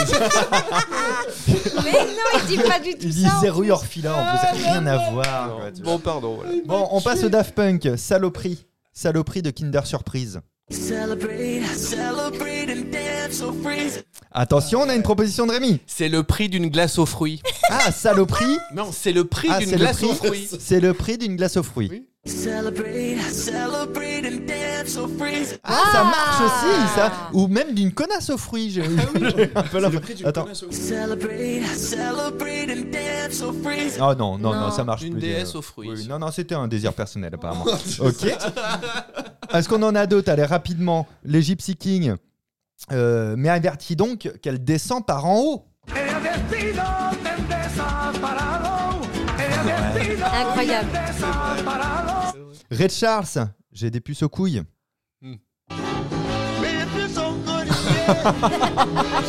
Speaker 5: il dit pas du tout
Speaker 2: Il dit
Speaker 5: ça.
Speaker 2: zéro your fila en plus,
Speaker 3: Ah,
Speaker 2: rien à voir. quoi, tu vois.
Speaker 3: pardon. Voilà.
Speaker 2: Bon, on passe au Daft Punk, saloperie. Saloperie de Kinder Surprise. Attention, on a une proposition de Rémi.
Speaker 3: C'est le prix d'une glace aux fruits.
Speaker 2: Ah, saloperie,
Speaker 3: Non, c'est le prix
Speaker 2: Ah,
Speaker 3: d'une
Speaker 2: c'est le
Speaker 3: glace
Speaker 2: prix.
Speaker 3: aux fruits.
Speaker 2: c'est le prix d'une glace aux fruits.
Speaker 3: Oui.
Speaker 2: Ah, ça marche aussi, ça. Ou même d'une connasse aux fruits.
Speaker 5: Ah
Speaker 2: j'ai- Un peu la- Attends. Ah non, non, non,
Speaker 5: Non.
Speaker 2: ça marche
Speaker 3: Une
Speaker 2: plus.
Speaker 3: déesse
Speaker 2: euh,
Speaker 3: aux fruits.
Speaker 2: oui, non, non, c'était un désir personnel apparemment. ok. Est-ce qu'on en a d'autres Allez, rapidement. Les Gypsy King. Euh, mais avertis donc qu'elle descend par en haut.
Speaker 5: Incroyable.
Speaker 2: Red Charles, j'ai des puces aux couilles.
Speaker 3: Hmm.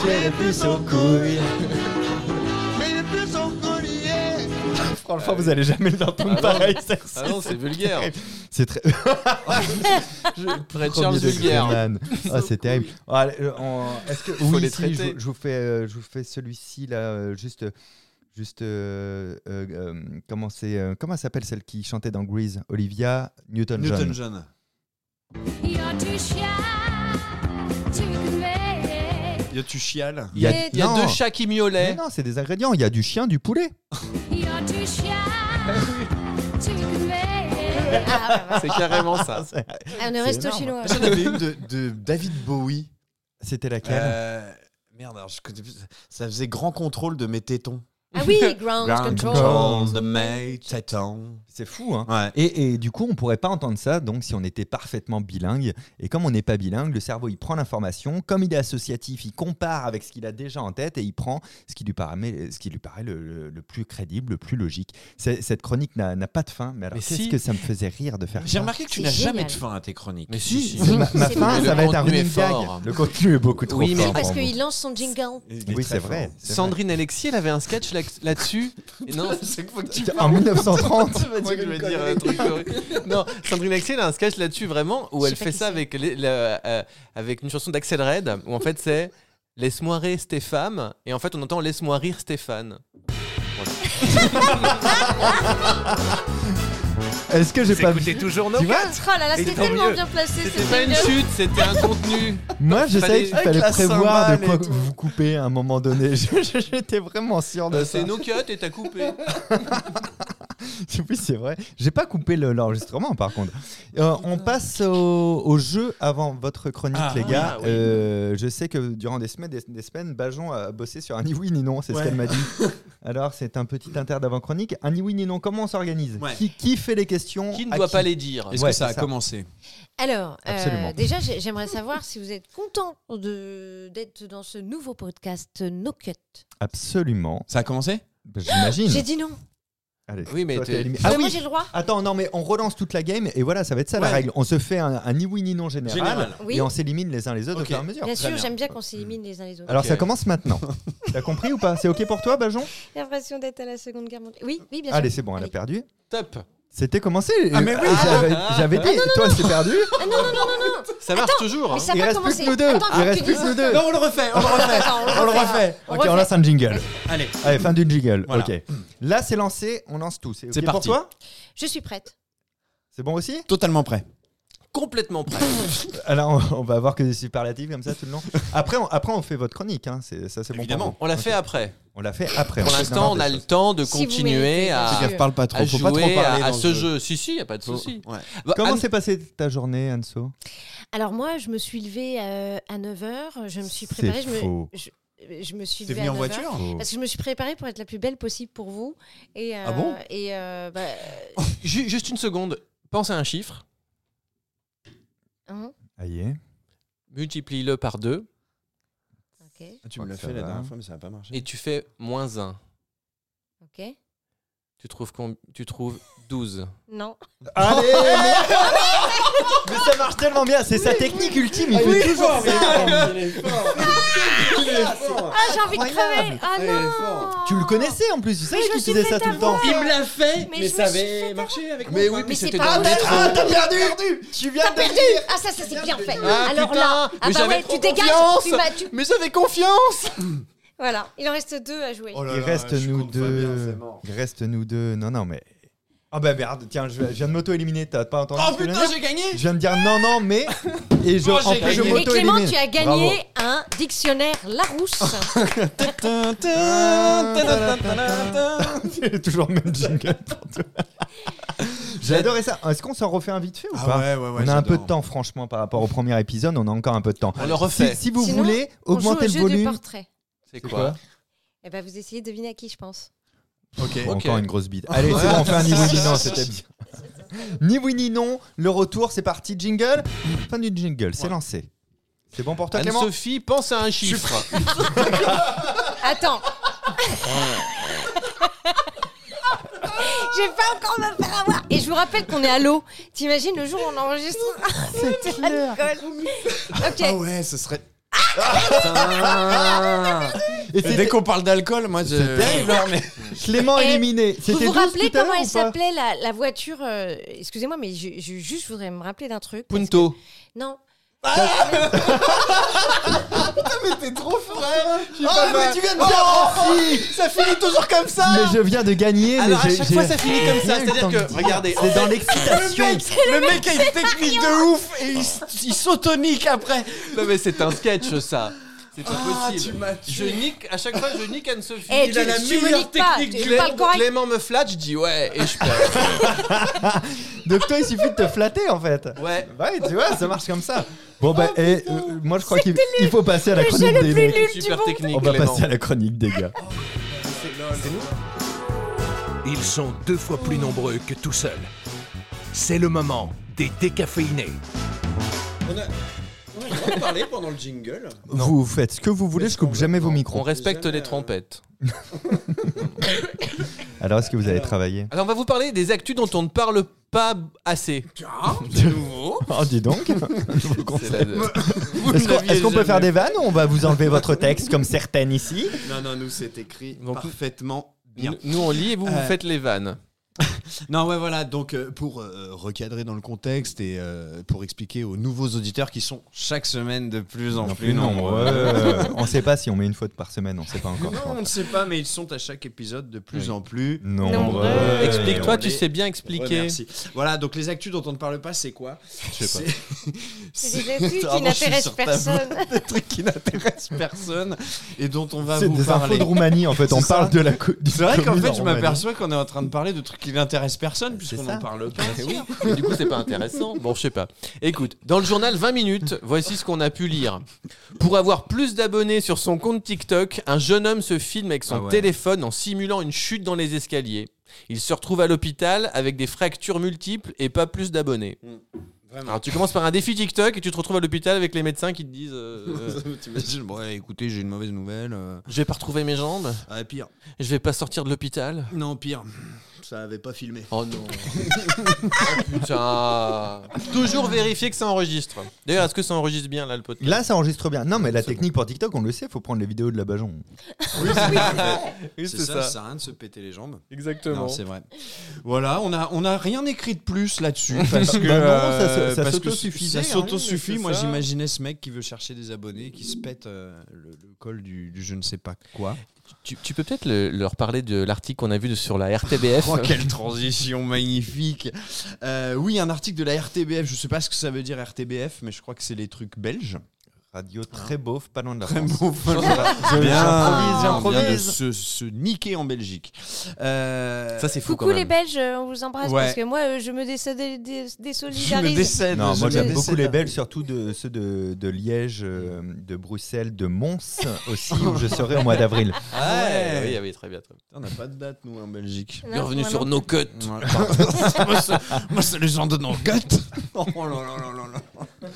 Speaker 2: j'ai des puces aux couilles. Franchement, vous allez jamais l'entendre
Speaker 3: Ah non.
Speaker 2: pareil, celle-ci.
Speaker 3: Ah non, c'est vulgaire.
Speaker 2: C'est très.
Speaker 3: Près de
Speaker 2: Premier
Speaker 3: Charles
Speaker 2: degré,
Speaker 3: vulgaire.
Speaker 2: man. Ah, c'est terrible. Ah, allez, euh, on- Est-ce que
Speaker 3: Faut
Speaker 2: oui,
Speaker 3: les
Speaker 2: si,
Speaker 3: traiter.
Speaker 2: je, vous- je vous fais, euh, je vous fais celui-ci là, euh, juste, juste. euh, euh, euh, comment c'est euh, Comment s'appelle celle qui chantait dans Grease Olivia Newton-John.
Speaker 7: Newton John. Yo tu chiales.
Speaker 2: Il y a,
Speaker 3: Il y a
Speaker 2: non.
Speaker 3: deux chats qui
Speaker 2: Mais
Speaker 3: miaulaient.
Speaker 2: non, c'est des ingrédients. Il y a du chien, du poulet.
Speaker 3: Ah, C'est carrément ça.
Speaker 5: Un resto
Speaker 2: énorme.
Speaker 5: chinois.
Speaker 7: J'en avais une de, de David Bowie.
Speaker 2: C'était laquelle
Speaker 7: Euh, merde, alors je connais plus. Ça faisait grand contrôle de mes tétons.
Speaker 5: Ah oui, ground, control.
Speaker 2: control.
Speaker 7: de mes tétons.
Speaker 2: C'est fou, hein
Speaker 7: Ouais.
Speaker 2: Et, et du coup, on pourrait pas entendre ça, donc si on était parfaitement bilingue. Et comme on n'est pas bilingue, le cerveau il prend l'information, comme il est associatif, il compare avec ce qu'il a déjà en tête et il prend ce qui lui paraît, ce qui lui paraît le, le- le plus crédible, le plus logique. C'est- cette chronique n'a n'a pas de fin, mais alors
Speaker 3: Mais
Speaker 2: qu'est-ce
Speaker 3: si.
Speaker 2: que ça me faisait rire de faire
Speaker 7: J'ai
Speaker 2: ça
Speaker 7: remarqué que tu
Speaker 5: C'est
Speaker 7: n'as jamais
Speaker 5: génial.
Speaker 7: de fin à tes chroniques.
Speaker 3: Mais si, si.
Speaker 2: Ma, ma
Speaker 5: C'est
Speaker 2: fin, ça
Speaker 5: vrai.
Speaker 3: Le
Speaker 2: va être un
Speaker 3: contenu est
Speaker 2: running
Speaker 3: fort.
Speaker 2: gag. Le contenu est beaucoup trop
Speaker 3: Oui, mais
Speaker 2: fort
Speaker 5: Parce
Speaker 2: pour
Speaker 5: qu'il
Speaker 2: nous.
Speaker 5: lance son jingle.
Speaker 2: Oui, c'est vrai. c'est vrai.
Speaker 3: Sandrine Alexis, elle avait un sketch là- là-dessus. Et non,
Speaker 2: En 1930,
Speaker 3: Moi, je vais dire un truc horrible. Non, Sandrine Axel a un sketch là-dessus vraiment où
Speaker 5: Je
Speaker 3: elle
Speaker 5: sais pas
Speaker 3: fait
Speaker 5: qui
Speaker 3: ça
Speaker 5: c'est.
Speaker 3: avec, les- la- euh, avec une chanson d'Axel Red où en fait c'est Laisse-moi rire Stéphane et en fait on entend Laisse-moi rire Stéphane.
Speaker 2: est-ce que j'ai pas vu
Speaker 1: Écoutez toujours nos
Speaker 2: Tu vois
Speaker 5: Oh là là,
Speaker 1: Et
Speaker 5: c'était
Speaker 1: tant
Speaker 5: tellement
Speaker 1: mieux.
Speaker 5: bien placé.
Speaker 3: C'était
Speaker 5: ce
Speaker 3: pas une
Speaker 5: jingle.
Speaker 3: chute, c'était un contenu.
Speaker 2: Moi, je savais
Speaker 3: Fallait-
Speaker 2: qu'il
Speaker 7: avec
Speaker 2: fallait
Speaker 7: la
Speaker 2: prévoir de
Speaker 7: cymbale
Speaker 2: quoi
Speaker 7: et tout.
Speaker 2: vous couper à un moment donné. Je- je- J'étais vraiment sûr de
Speaker 3: Euh,
Speaker 2: ça.
Speaker 3: C'est no cut et t'as coupé.
Speaker 2: Oui, c'est vrai. J'ai pas coupé le- l'enregistrement, par contre. Euh, on passe au, au jeu avant votre chronique,
Speaker 7: Ah,
Speaker 2: les gars.
Speaker 3: ah, oui.
Speaker 2: Euh, je sais que durant des semaines, des, des semaines, Bajon a bossé sur un ni oui ni non. C'est ce
Speaker 7: Ouais.
Speaker 2: qu'elle m'a dit. Alors, c'est un petit inter d'avant chronique. Un ni oui ni non. Comment on s'organise
Speaker 7: Ouais.
Speaker 2: qui, qui fait les questions
Speaker 3: Qui ne
Speaker 2: à
Speaker 3: doit pas les dire
Speaker 7: Est-ce
Speaker 2: Ouais,
Speaker 7: que ça
Speaker 2: c'est
Speaker 7: a
Speaker 2: ça.
Speaker 7: commencé
Speaker 5: Alors, euh,
Speaker 2: Absolument.
Speaker 5: déjà, j'ai- j'aimerais savoir si vous êtes content de- d'être dans ce nouveau podcast No Cut.
Speaker 2: Absolument.
Speaker 7: Ça a commencé
Speaker 2: Ben, J'imagine.
Speaker 5: J'ai dit non.
Speaker 2: Allez,
Speaker 3: Oui, mais
Speaker 2: toi, t'es
Speaker 3: t'es-
Speaker 2: éliminé.
Speaker 5: Ah,
Speaker 2: Ah
Speaker 5: Moi,
Speaker 2: oui.
Speaker 5: j'ai le droit.
Speaker 2: Attends, non, mais on relance toute la game et voilà, ça va être ça la
Speaker 7: Ouais.
Speaker 2: règle. On se fait un, un ni oui ni non général,
Speaker 7: Général.
Speaker 5: Oui.
Speaker 2: et on s'élimine les uns les autres
Speaker 7: Ok.
Speaker 2: au fur et à mesure.
Speaker 5: Bien
Speaker 7: très
Speaker 5: sûr,
Speaker 7: bien.
Speaker 5: j'aime bien qu'on s'élimine les uns les autres.
Speaker 2: Alors
Speaker 3: Ok.
Speaker 2: ça commence maintenant. T'as compris ou pas C'est ok pour toi, Bajon
Speaker 5: J'ai l'impression d'être à la Seconde Guerre mondiale. Oui, oui, bien sûr.
Speaker 2: Allez, c'est bon, elle a
Speaker 5: Allez.
Speaker 2: perdu.
Speaker 3: Top.
Speaker 2: C'était commencé
Speaker 7: Ah, mais oui.
Speaker 2: J'avais- J'avais dit, toi, c'est perdu.
Speaker 5: Ah, non, non, non, non, non.
Speaker 3: Ça marche toujours.
Speaker 5: Mais
Speaker 3: hein.
Speaker 5: ça a
Speaker 2: Il
Speaker 5: pas
Speaker 2: reste plus
Speaker 5: commencé.
Speaker 2: que nous deux.
Speaker 5: Attends,
Speaker 2: Il
Speaker 5: tu
Speaker 2: reste
Speaker 5: dis-
Speaker 2: plus que nous deux.
Speaker 7: Non, on le refait, on le refait.
Speaker 5: Attends,
Speaker 7: On le refait.
Speaker 5: On
Speaker 2: Ok, on
Speaker 5: refait.
Speaker 2: lance un jingle.
Speaker 4: Allez,
Speaker 2: Allez, fin du jingle.
Speaker 4: Voilà.
Speaker 2: Ok. Là, c'est lancé. On lance tous.
Speaker 4: C'est
Speaker 2: ok
Speaker 4: parti.
Speaker 2: Pour toi
Speaker 5: Je suis prête.
Speaker 2: C'est bon aussi
Speaker 7: Totalement prêt.
Speaker 3: Complètement prêt.
Speaker 2: Alors, on, on va avoir que des superlatifs comme ça tout le long. Après, on, après, on fait votre chronique. Hein. C'est- Ça, c'est bon. pour
Speaker 7: Évidemment.
Speaker 2: vous.
Speaker 3: On l'a
Speaker 2: Ok.
Speaker 3: fait après.
Speaker 2: On l'a fait après.
Speaker 3: Pour
Speaker 2: fait
Speaker 3: l'instant, on a
Speaker 2: des
Speaker 3: le
Speaker 2: choses.
Speaker 3: temps de
Speaker 5: Si vous
Speaker 3: continuer
Speaker 5: méritez,
Speaker 3: à,
Speaker 5: bien
Speaker 7: Fais
Speaker 5: sûr.
Speaker 7: gaffe, parle pas trop.
Speaker 3: à
Speaker 7: Faut pas trop
Speaker 3: jouer à,
Speaker 7: parler
Speaker 3: à
Speaker 7: dans
Speaker 3: ce
Speaker 7: le
Speaker 3: jeu. Si, si, y a pas de souci.
Speaker 7: Ouais.
Speaker 3: Bah,
Speaker 2: Comment
Speaker 3: Anne-
Speaker 2: s'est passée ta journée, Anso
Speaker 5: Alors moi, je me suis levée euh, à 9h, je me suis préparée, je
Speaker 2: C'est
Speaker 5: me,
Speaker 2: faux.
Speaker 5: je, je me suis
Speaker 7: T'es
Speaker 5: levée
Speaker 7: venu
Speaker 5: à
Speaker 7: en
Speaker 5: 9 heures.
Speaker 7: voiture
Speaker 2: Faux.
Speaker 5: Parce que je me suis préparée pour être la plus belle possible pour vous. Et, euh,
Speaker 7: Ah bon
Speaker 5: Et euh, bah,
Speaker 3: Ju- Juste une seconde. Pense à un chiffre.
Speaker 5: hein,
Speaker 2: Aïe.
Speaker 3: Multiplie-le par deux
Speaker 5: ok,
Speaker 7: Ah, Tu
Speaker 2: me l'as fait la dernière
Speaker 7: fois, mais Oh, ça n'a pas marché.
Speaker 3: et tu fais moins 1.
Speaker 5: ok.
Speaker 3: Tu trouves, com- tu trouves 12.
Speaker 5: Non.
Speaker 2: Allez mais... mais ça marche tellement bien. C'est sa technique ultime. Il fait toujours ça.
Speaker 5: Ah, j'ai envie de crever Ah non
Speaker 2: Tu le connaissais en plus. Tu savais
Speaker 5: Mais je
Speaker 2: qu'il
Speaker 5: me suis
Speaker 2: faisait
Speaker 5: fait
Speaker 2: ça tout le temps.
Speaker 5: avoir.
Speaker 4: il me l'a fait,
Speaker 5: Mais
Speaker 4: mais,
Speaker 5: je
Speaker 4: ça
Speaker 5: me suis
Speaker 4: avait marché avec moi.
Speaker 3: Mais oui,
Speaker 4: quoi.
Speaker 3: mais,
Speaker 5: mais c'est
Speaker 3: c'était
Speaker 5: pas
Speaker 3: dans le
Speaker 5: vrai.
Speaker 3: métro.
Speaker 2: Ah, t'as perdu. Tu viens
Speaker 5: T'as
Speaker 2: de
Speaker 5: perdu Ah ça, ça c'est bien fait
Speaker 3: Ah,
Speaker 5: Alors là,
Speaker 3: putain,
Speaker 5: ah
Speaker 3: mais
Speaker 5: bah
Speaker 3: j'avais
Speaker 5: ouais,
Speaker 3: trop
Speaker 5: tu dégages
Speaker 3: confiance.
Speaker 5: tu m'as- tu-
Speaker 3: Mais j'avais confiance
Speaker 5: Voilà, il en reste deux à
Speaker 7: Oh
Speaker 5: jouer.
Speaker 2: Il reste nous deux. Il reste nous deux. Non, non, mais. Ah bah merde, tiens, je je viens de m'auto-éliminer, t'as pas entendu ce
Speaker 3: Oh
Speaker 2: que je viens de
Speaker 3: putain,
Speaker 2: dire
Speaker 3: j'ai gagné
Speaker 2: Je viens de dire non, non, mais. Et je,
Speaker 4: Moi,
Speaker 2: en
Speaker 4: j'ai
Speaker 2: plus, je
Speaker 4: gagné.
Speaker 5: Et Clément,
Speaker 2: m'auto-élimine.
Speaker 5: tu as gagné
Speaker 2: Bravo. Ah.
Speaker 5: un dictionnaire Larousse.
Speaker 3: Ah,
Speaker 2: C'est Ah, toujours le même jingle pour toi. J'ai adoré ça. Est-ce qu'on s'en refait un vite fait ou pas
Speaker 7: Ah ouais, ouais, ouais.
Speaker 2: On a un peu de temps, franchement, par rapport au premier épisode, on a encore un peu de temps.
Speaker 3: On le refait.
Speaker 2: Si, si vous
Speaker 5: Sinon,
Speaker 2: voulez,
Speaker 5: On joue
Speaker 2: augmentez
Speaker 5: au
Speaker 2: le
Speaker 5: jeu du
Speaker 2: volume.
Speaker 5: portrait.
Speaker 3: C'est
Speaker 2: quoi
Speaker 3: quoi
Speaker 5: Eh ben, vous essayez de deviner à qui je pense.
Speaker 7: Ok.
Speaker 2: Bon,
Speaker 3: Ok.
Speaker 2: Encore une grosse bide. Allez, c'est bon, on fait un ni oui ni non, c'était bien. Ni oui ni non, le retour, c'est parti, jingle. Fin du jingle, c'est lancé. C'est bon pour toi, Clément
Speaker 3: Anne-Sophie, pense à un chiffre.
Speaker 5: Attends. J'ai pas encore me faire avoir. Et je vous rappelle qu'on est à l'eau. T'imagines le jour où on enregistre C'était l'alcool. Ok.
Speaker 7: Ah ouais, ce serait.
Speaker 2: Et
Speaker 7: Et
Speaker 2: c'était
Speaker 7: dès qu'on parle d'alcool, moi je.
Speaker 2: C'est terrible, hein, mais- Clément
Speaker 5: Eh,
Speaker 2: éliminé.
Speaker 5: Vous
Speaker 2: C'était
Speaker 5: vous
Speaker 2: 12
Speaker 5: rappelez
Speaker 2: tout à
Speaker 5: comment
Speaker 2: l'heure
Speaker 5: elle
Speaker 2: ou pas
Speaker 5: s'appelait la, la voiture euh, Excusez-moi, mais je, je- juste je voudrais me rappeler d'un truc. parce que-
Speaker 3: Punto.
Speaker 5: Non.
Speaker 2: Ah.
Speaker 5: Ah,
Speaker 7: T'es trop
Speaker 2: Ah,
Speaker 7: frère
Speaker 3: Oh,
Speaker 2: mais tu viens de dire
Speaker 3: Ça finit toujours comme ça
Speaker 2: Mais je viens de gagner.
Speaker 3: Alors
Speaker 2: mais
Speaker 3: à
Speaker 2: j'ai-
Speaker 3: chaque
Speaker 2: j'ai
Speaker 3: fois ça finit comme ça,
Speaker 2: rien eu le
Speaker 3: c'est-à-dire
Speaker 2: temps de
Speaker 3: que
Speaker 2: dire.
Speaker 3: regardez,
Speaker 2: C'est dans l'excitation.
Speaker 7: Le mec a une technique de ouf et il, s- il s'autonique après. Ah,
Speaker 3: non mais c'est un sketch ça. C'est impossible.
Speaker 7: m'as
Speaker 3: Je nique à chaque fois je nique Anne-Sophie.
Speaker 5: Eh,
Speaker 4: Il
Speaker 5: tu,
Speaker 4: a la
Speaker 5: tu me
Speaker 4: meilleure
Speaker 5: niques pas.
Speaker 4: technique
Speaker 5: Tu
Speaker 4: du
Speaker 5: me parles
Speaker 4: monde.
Speaker 5: correct.
Speaker 3: Clément me flatte, je dis ouais et je perds.
Speaker 2: Donc toi, il suffit de te flatter en fait.
Speaker 3: Ouais.
Speaker 2: Ouais, tu vois, ça marche comme ça. Bon, bah, eh, euh, moi je crois qu'il il faut passer à la
Speaker 5: Oh, le jeu
Speaker 2: chronique
Speaker 5: le
Speaker 2: des
Speaker 5: plus
Speaker 2: mecs.
Speaker 5: nul. Tu
Speaker 3: Super
Speaker 5: montes.
Speaker 3: technique
Speaker 2: On va
Speaker 3: Clément.
Speaker 2: passer à la chronique des gars.
Speaker 1: Ils sont deux fois plus nombreux que tout seul. C'est le moment des décaféinés.
Speaker 4: On a... On a vraiment parlé pendant le jingle.
Speaker 2: Vous faites ce que vous voulez, je coupe jamais vos
Speaker 3: On
Speaker 2: micros.
Speaker 3: respecte
Speaker 4: Jamais,
Speaker 3: les
Speaker 4: euh,
Speaker 3: trompettes.
Speaker 2: Alors, est-ce que vous allez travailler
Speaker 3: Alors on va vous parler des actus dont on ne parle pas assez.
Speaker 2: Oh, dis donc Vous
Speaker 3: C'est
Speaker 2: conseille.
Speaker 3: la- Vous
Speaker 2: Est-ce qu'on
Speaker 3: n'aviez
Speaker 2: est-ce qu'on peut
Speaker 3: jamais-
Speaker 2: faire des vannes ou on va vous enlever votre texte comme certaines ici
Speaker 7: Non, non, nous c'est écrit
Speaker 3: Donc-
Speaker 7: parfaitement bien.
Speaker 3: Nous, nous, on lit et vous, vous
Speaker 7: Euh,
Speaker 3: faites les vannes.
Speaker 7: Non, ouais, voilà. Donc, euh, pour euh, recadrer dans le contexte et euh, pour expliquer aux nouveaux auditeurs qui sont chaque semaine de plus en plus, nombreux.
Speaker 2: Euh, on sait pas si on met une faute par semaine, on sait pas encore.
Speaker 7: Non, on ne sait pas, mais ils sont à chaque épisode de plus en plus.
Speaker 2: Nombreux.
Speaker 7: Nombreux.
Speaker 3: Explique-toi,
Speaker 7: on
Speaker 3: tu
Speaker 7: les
Speaker 3: sais bien expliquer.
Speaker 7: Remercie. Voilà, donc les actus dont on ne parle pas, c'est quoi
Speaker 3: Je sais
Speaker 5: C'est
Speaker 7: C'est
Speaker 5: des actus qui
Speaker 7: Pardon, je suis
Speaker 5: n'intéressent
Speaker 7: sur ta
Speaker 5: personne.
Speaker 7: des trucs qui n'intéressent personne et dont on va
Speaker 2: C'est
Speaker 7: vous
Speaker 2: des infos
Speaker 7: parler.
Speaker 2: de Roumanie en fait, on
Speaker 7: C'est ça.
Speaker 2: parle de la. co- du
Speaker 7: C'est vrai qu'en
Speaker 2: commune
Speaker 7: fait,
Speaker 2: en
Speaker 7: je
Speaker 2: Roumanie.
Speaker 7: m'aperçois qu'on est en train de parler de trucs qui n'intéressent personne puisqu'on
Speaker 2: ça.
Speaker 7: n'en parle pas.
Speaker 3: Mais Eh oui, mais du coup, c'est pas intéressant. Bon, je sais pas. Écoute, dans le journal 20 minutes, voici ce qu'on a pu lire. Pour avoir plus d'abonnés sur son compte TikTok, un jeune homme se filme avec son
Speaker 7: Ah ouais.
Speaker 3: téléphone en simulant une chute dans les escaliers. Il se retrouve à l'hôpital avec des fractures multiples et pas plus d'abonnés.
Speaker 4: Vraiment.
Speaker 3: Alors, tu commences par un défi TikTok et tu te retrouves à l'hôpital avec les médecins qui te disent euh, euh,
Speaker 7: Ah, T'imagines, bon, ouais, écoutez, j'ai une mauvaise nouvelle. euh,
Speaker 3: Je vais pas retrouver mes jambes,
Speaker 7: Ah, pire.
Speaker 3: je vais pas sortir de l'hôpital.
Speaker 7: Non, pire. ça avait pas filmé.
Speaker 3: Oh non. Ah, Putain. Toujours vérifier que ça enregistre. D'ailleurs, est-ce que ça enregistre bien là le podcast
Speaker 2: Là, ça enregistre bien. Non, mais la technique pour TikTok, on le sait, faut prendre les vidéos de la Bajon.
Speaker 3: Oui,
Speaker 7: C'est ça, ça sert à rien de se péter les jambes.
Speaker 3: Exactement.
Speaker 7: Non, c'est vrai. Voilà, on a, on a rien écrit de plus là-dessus. Parce que.
Speaker 2: Bah non, ça se-
Speaker 7: euh,
Speaker 2: ça
Speaker 7: parce que
Speaker 2: s'autosuffisait,
Speaker 7: Ça
Speaker 2: hein,
Speaker 7: s'autosuffit.
Speaker 3: mais c'est
Speaker 7: Moi,
Speaker 3: ça.
Speaker 7: j'imaginais ce mec qui veut chercher des abonnés, qui se pète euh, le, le col du, du je ne sais pas quoi.
Speaker 3: Tu, tu peux peut-être le- leur parler de l'article qu'on a vu de- sur la RTBF.
Speaker 7: Oh, quelle transition magnifique Euh, Oui, un article de la RTBF. Je sais pas ce que ça veut dire RTBF, mais je crois que c'est les trucs belges.
Speaker 2: Radio très beauf, pas loin de la
Speaker 7: Très
Speaker 2: France.
Speaker 7: beau.
Speaker 2: Je-
Speaker 7: Bien,
Speaker 2: j'improvise,
Speaker 7: bien de
Speaker 2: j'improvise.
Speaker 7: se, se niquer en Belgique. Euh,
Speaker 3: Ça, c'est fou
Speaker 5: Coucou
Speaker 3: quand même.
Speaker 5: les Belges, euh, on vous embrasse
Speaker 7: Ouais.
Speaker 5: parce que moi euh, je me dés- dé- dé-
Speaker 7: je me
Speaker 5: désolidarise.
Speaker 7: décède.
Speaker 2: Non,
Speaker 7: je
Speaker 2: moi
Speaker 7: me
Speaker 2: j'aime
Speaker 7: décède.
Speaker 2: beaucoup les Belges, surtout de, ceux de, de Liège, euh, de Bruxelles, de Mons aussi, où je serai au mois d'avril.
Speaker 3: Ah ouais,
Speaker 7: Ouais.
Speaker 3: oui, oui, très bien. très bien.
Speaker 7: On n'a pas de date, nous, en Belgique.
Speaker 5: Non,
Speaker 3: Bienvenue
Speaker 5: vraiment.
Speaker 3: sur No Cut.
Speaker 7: moi, c'est- moi, c'est les gens de nos guettes. Oh là là là là là.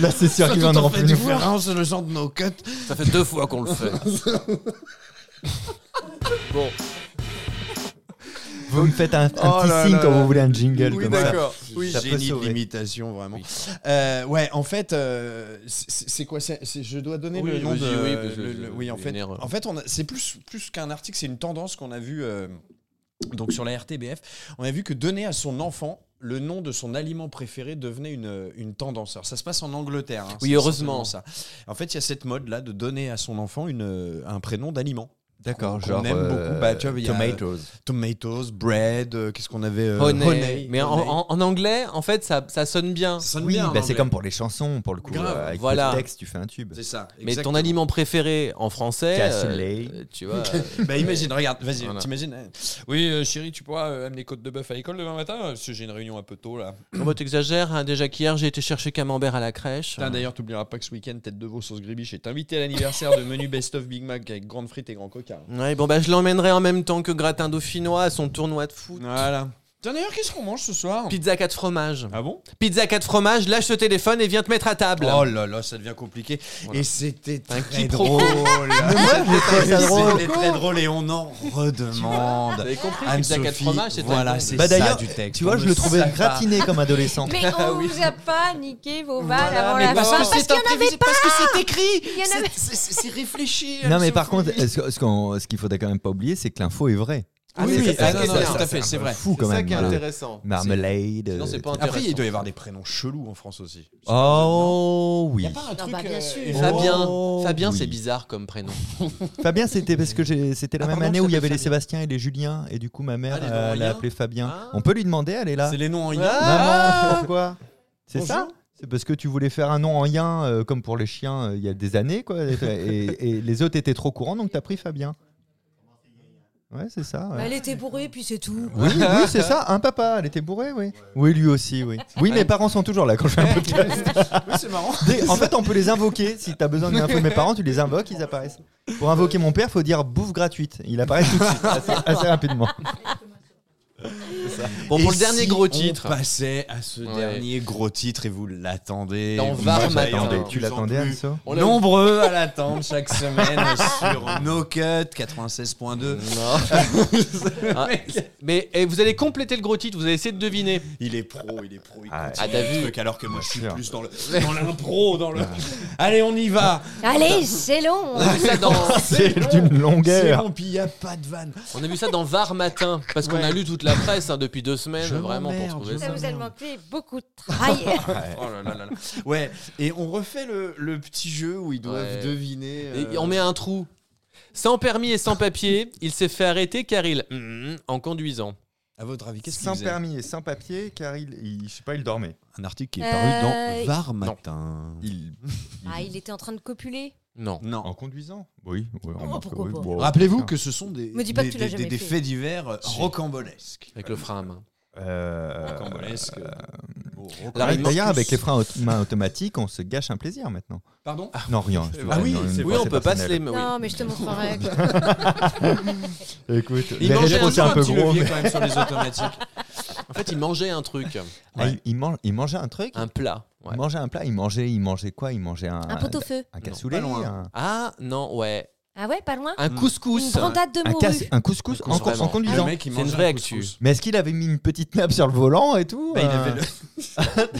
Speaker 2: Là, c'est sûr qu'ils
Speaker 7: Tout en
Speaker 2: viendront
Speaker 7: fait
Speaker 2: plus nous voir.
Speaker 7: différence, c'est les gens de nos guettes.
Speaker 3: Ça fait deux fois qu'on le fait. bon.
Speaker 2: Vous me faites un, un
Speaker 7: Oh
Speaker 2: petit
Speaker 7: là
Speaker 2: signe
Speaker 7: là
Speaker 2: quand
Speaker 7: là.
Speaker 2: vous voulez un jingle
Speaker 3: Oui,
Speaker 2: comme ça.
Speaker 3: d'accord. Oui,
Speaker 2: Ça peut
Speaker 7: Génie de
Speaker 2: sauver.
Speaker 7: l'imitation, vraiment.
Speaker 3: Oui.
Speaker 7: Euh, ouais, en fait, euh, c'est c'est quoi c'est- c'est- Je dois donner
Speaker 3: Oui,
Speaker 7: le nom
Speaker 3: vas-y,
Speaker 7: de.
Speaker 3: oui, parce que
Speaker 7: le-
Speaker 3: je-
Speaker 7: le- oui, en
Speaker 3: je
Speaker 7: fait,
Speaker 3: vénère.
Speaker 7: en fait, on a- c'est plus plus qu'un article, c'est une tendance qu'on a vue. euh, donc sur la RTBF, on a vu que donner à son enfant le nom de son aliment préféré devenait une, une tendance. Alors ça se passe en Angleterre. hein,
Speaker 3: Oui,
Speaker 7: c'est
Speaker 3: heureusement.
Speaker 7: certainement Ça. En fait, il y a cette mode là de donner à son enfant une, euh, un prénom d'aliment.
Speaker 2: D'accord,
Speaker 7: Qu'on
Speaker 2: genre. euh,
Speaker 7: aime beaucoup. Bah, tu vois, il y a-
Speaker 2: Tomatoes.
Speaker 7: Tomatoes, bread, euh, qu'est-ce qu'on avait euh,
Speaker 3: Honey.
Speaker 7: honey,
Speaker 3: Mais en,
Speaker 7: honey.
Speaker 3: en- en anglais, en fait, ça, ça sonne bien.
Speaker 7: Ça sonne
Speaker 2: Oui,
Speaker 7: bien en
Speaker 2: bah, c'est
Speaker 7: anglais.
Speaker 2: comme pour les chansons, pour le coup.
Speaker 7: Grave,
Speaker 2: euh, avec
Speaker 3: voilà.
Speaker 2: le texte, tu fais un tube.
Speaker 7: C'est ça.
Speaker 3: Mais ton
Speaker 7: exactement.
Speaker 3: aliment préféré en français,
Speaker 2: Cassoulet.
Speaker 3: euh, tu vois,
Speaker 7: Bah imagine, regarde, vas-y,
Speaker 3: Voilà.
Speaker 7: t'imagines. hein. Oui, euh, chérie, tu pourras euh, amener côte de bœuf à l'école demain matin euh, parce que j'ai une réunion un peu tôt là.
Speaker 3: euh, oh, t'exagères. hein, déjà qu'hier, j'ai été chercher Camembert à la crèche.
Speaker 7: Putain, D'ailleurs, t'oublieras pas que ce week-end, tête de veau sauce gribiche est invité à l'anniversaire de menu Best of Big Mac avec grande frites et grand coca.
Speaker 3: Ouais, bon bah je l'emmènerai en même temps que Gratin Dauphinois à son tournoi de foot.
Speaker 7: Voilà. Putain, D'ailleurs, qu'est-ce qu'on mange ce soir
Speaker 3: Pizza 4 fromages.
Speaker 7: Ah bon
Speaker 3: Pizza 4 fromages, lâche ce téléphone et viens te mettre à table.
Speaker 7: Oh là là, ça devient compliqué. Et c'était
Speaker 3: Un
Speaker 7: très
Speaker 3: quiproquo.
Speaker 7: drôle.
Speaker 2: trouvé ça drôle.
Speaker 7: C'était très drôle Ah, et on en redemande.
Speaker 3: avez compris, pizza
Speaker 7: Anne-Sophie,
Speaker 3: quatre fromages, c'est un
Speaker 7: voilà,
Speaker 3: bon.
Speaker 7: c'est
Speaker 2: Bah,
Speaker 7: ça
Speaker 2: d'ailleurs,
Speaker 7: du texte.
Speaker 2: Tu vois,
Speaker 7: On
Speaker 2: je
Speaker 7: ne
Speaker 2: le trouvais
Speaker 7: savait pas.
Speaker 2: gratiné comme adolescent.
Speaker 5: Mais on vous a pas niqué vos balles
Speaker 3: Voilà,
Speaker 5: avant
Speaker 3: mais
Speaker 5: la
Speaker 3: parce
Speaker 5: fin
Speaker 3: que
Speaker 5: parce qu'il y en avait
Speaker 7: prévisible, parce que c'est écrit.
Speaker 5: Il y en
Speaker 7: C'est-
Speaker 5: avait-
Speaker 7: c'est- C'est c'est réfléchi.
Speaker 2: Non, mais par contre, ce que- ce qu'on- ce qu'il faudrait quand même pas oublier, c'est que l'info est vraie.
Speaker 3: Ah,
Speaker 7: oui,
Speaker 3: c'est ça,
Speaker 7: oui, ah,
Speaker 3: c'est
Speaker 7: non, non,
Speaker 3: ça,
Speaker 7: tout
Speaker 3: ça,
Speaker 7: à fait, c'est vrai.
Speaker 2: Fou quand
Speaker 3: ça
Speaker 2: même.
Speaker 3: qui est
Speaker 2: le-
Speaker 3: intéressant.
Speaker 2: Marmelade.
Speaker 3: Sinon, c'est
Speaker 2: euh,
Speaker 3: pas
Speaker 7: Après, il
Speaker 3: intéressant.
Speaker 7: doit y avoir des prénoms chelous en France aussi.
Speaker 2: Oh
Speaker 7: Il
Speaker 2: oui.
Speaker 7: a pas un
Speaker 5: Non,
Speaker 7: truc.
Speaker 5: bah, bien
Speaker 7: euh,
Speaker 5: sûr.
Speaker 7: héros.
Speaker 3: Fabien,
Speaker 2: Oh,
Speaker 3: Fabien
Speaker 2: oui.
Speaker 3: c'est bizarre comme prénom.
Speaker 2: Fabien, c'était parce que j'ai- c'était la
Speaker 3: Ah,
Speaker 2: même
Speaker 3: pardon,
Speaker 2: année où il y
Speaker 3: je
Speaker 2: avait les
Speaker 3: t'appelle
Speaker 2: Sébastien et les Julien, et du coup ma mère
Speaker 3: Ah,
Speaker 2: euh,
Speaker 3: les Normaliens.
Speaker 2: l'a appelé Fabien.
Speaker 3: Ah.
Speaker 2: On peut lui demander, elle est là.
Speaker 7: C'est les noms en
Speaker 3: Ouais.
Speaker 7: yin.
Speaker 2: Maman,
Speaker 3: Ah.
Speaker 2: pourquoi C'est ça C'est parce que tu voulais faire un nom en yin, euh, comme pour les chiens, euh, il y a des années, quoi. Et, et les autres étaient trop courants, donc t'as pris Fabien. Ouais, c'est ça. ouais.
Speaker 5: Elle était bourrée, puis c'est tout.
Speaker 2: Oui, oui, c'est ça. Un papa, elle était bourrée, oui. Oui, lui aussi, oui. Oui, mes parents sont toujours là quand je fais un podcast.
Speaker 7: Oui, c'est marrant.
Speaker 2: Dès- en fait, on peut les invoquer. Si t'as besoin d'une info de mes parents, tu les invoques, ils apparaissent. Pour invoquer mon père, faut dire bouffe gratuite. Il apparaît tout de suite, assez, assez rapidement.
Speaker 3: Bon,
Speaker 7: Et
Speaker 3: pour le dernier
Speaker 7: si
Speaker 3: gros
Speaker 7: on
Speaker 3: titre.
Speaker 7: passait à ce
Speaker 3: Ouais.
Speaker 7: dernier gros titre et vous l'attendez.
Speaker 3: Dans
Speaker 7: Vous
Speaker 3: Var
Speaker 7: vous
Speaker 3: Matin.
Speaker 7: attendez de
Speaker 2: Tu
Speaker 7: plus en
Speaker 2: l'attendais,
Speaker 7: plus.
Speaker 2: Anso
Speaker 3: On l'a-
Speaker 7: Nombreux à l'attendre chaque semaine sur No Cut 96.2.
Speaker 3: Non. Ah, mais et vous allez compléter le gros titre, vous allez essayer de deviner.
Speaker 7: Il est pro, il est pro. Il
Speaker 2: Ah,
Speaker 7: continue
Speaker 3: t'as
Speaker 7: le
Speaker 3: vu
Speaker 7: truc, alors que moi je suis
Speaker 2: sûr.
Speaker 7: plus dans le dans l'impro, dans le. Allez, on y va.
Speaker 5: Allez, c'est long.
Speaker 3: On a vu ça dans,
Speaker 2: C'est d'une
Speaker 7: C'est
Speaker 2: longueur.
Speaker 7: bon, puis y a pas de vanne.
Speaker 3: on a vu ça dans Var Matin, parce qu'on
Speaker 7: Ouais.
Speaker 3: a lu toute la presse hein, depuis deux semaines,
Speaker 7: Je
Speaker 3: vraiment, pour
Speaker 7: m'emmerde,
Speaker 3: trouver
Speaker 7: je
Speaker 3: ça.
Speaker 5: Ça vous a demandé beaucoup de travail.
Speaker 7: Oh là là là là. Ouais. Et on refait le, le petit jeu où ils doivent
Speaker 3: Ouais.
Speaker 7: deviner.
Speaker 3: Et
Speaker 7: euh,
Speaker 3: on met un trou. Sans permis et sans papier, il s'est fait arrêter car il... Mm, en conduisant.
Speaker 7: À votre avis, qu'est-ce qu'ils
Speaker 2: Sans permis et sans papier, car il, il- je sais pas, il dormait.
Speaker 7: Un article qui est
Speaker 5: Euh,
Speaker 7: paru dans Var Matin.
Speaker 2: Il,
Speaker 5: Ah, il était en train de copuler.
Speaker 3: Non.
Speaker 7: Non.
Speaker 2: en conduisant Oui. ouais, on
Speaker 5: Oh,
Speaker 2: marque-
Speaker 5: pourquoi
Speaker 2: oui,
Speaker 5: pas.
Speaker 2: bon,
Speaker 7: Rappelez-vous
Speaker 2: putain.
Speaker 7: que ce sont des,
Speaker 5: Me dis pas
Speaker 7: des,
Speaker 5: que tu l'as
Speaker 7: des-
Speaker 5: jamais
Speaker 7: des
Speaker 5: fait.
Speaker 7: faits divers euh,
Speaker 3: Si.
Speaker 7: rocambolesques.
Speaker 3: Avec le frein à main.
Speaker 2: Euh,
Speaker 7: Rocambolesques. Oh, roc-
Speaker 3: Alors,
Speaker 2: ouais,
Speaker 3: il
Speaker 2: D'ailleurs,
Speaker 3: marque
Speaker 2: avec
Speaker 3: tous.
Speaker 2: les freins aut- mains automatiques, on se gâche un plaisir maintenant.
Speaker 7: Pardon
Speaker 2: Non, rien. je te
Speaker 7: Ah
Speaker 2: vois,
Speaker 7: oui,
Speaker 2: non,
Speaker 7: c'est
Speaker 2: une
Speaker 3: Oui,
Speaker 2: pensée
Speaker 3: on peut pas se les...
Speaker 2: personnelle.
Speaker 3: oui.
Speaker 5: Non, mais je te montrerai. quoi.
Speaker 2: Écoute,
Speaker 3: Il
Speaker 2: les
Speaker 3: mangeait
Speaker 2: réponses
Speaker 3: un
Speaker 2: sont un peu
Speaker 3: petit
Speaker 2: gros.
Speaker 7: levier
Speaker 2: mais-
Speaker 7: quand même sur les automatiques.
Speaker 3: En fait, il mangeait un truc.
Speaker 2: Ah, il- il mange- il mangeait un truc
Speaker 3: Un plat. ouais.
Speaker 2: Il mangeait un plat, il mangeait, il mangeait quoi Il mangeait un,
Speaker 5: Un pot-au-feu.
Speaker 2: un cassoulet,
Speaker 7: pas loin.
Speaker 2: un-
Speaker 3: Ah, non, ouais.
Speaker 5: Ah ouais, pas loin
Speaker 3: Un
Speaker 5: Une
Speaker 3: couscous.
Speaker 5: brandade de
Speaker 2: Un,
Speaker 5: morue.
Speaker 2: casse- un couscous Mm. en,
Speaker 3: couscous,
Speaker 2: en
Speaker 3: vraiment. Ah,
Speaker 7: Le
Speaker 2: conduisant.
Speaker 7: mec, il
Speaker 3: C'est
Speaker 7: mange
Speaker 3: une vraie
Speaker 7: un
Speaker 3: actu.
Speaker 7: couscous.
Speaker 2: Mais est-ce qu'il avait mis une petite nappe sur le volant et tout
Speaker 7: Bah, il
Speaker 2: euh,
Speaker 7: avait le-
Speaker 2: table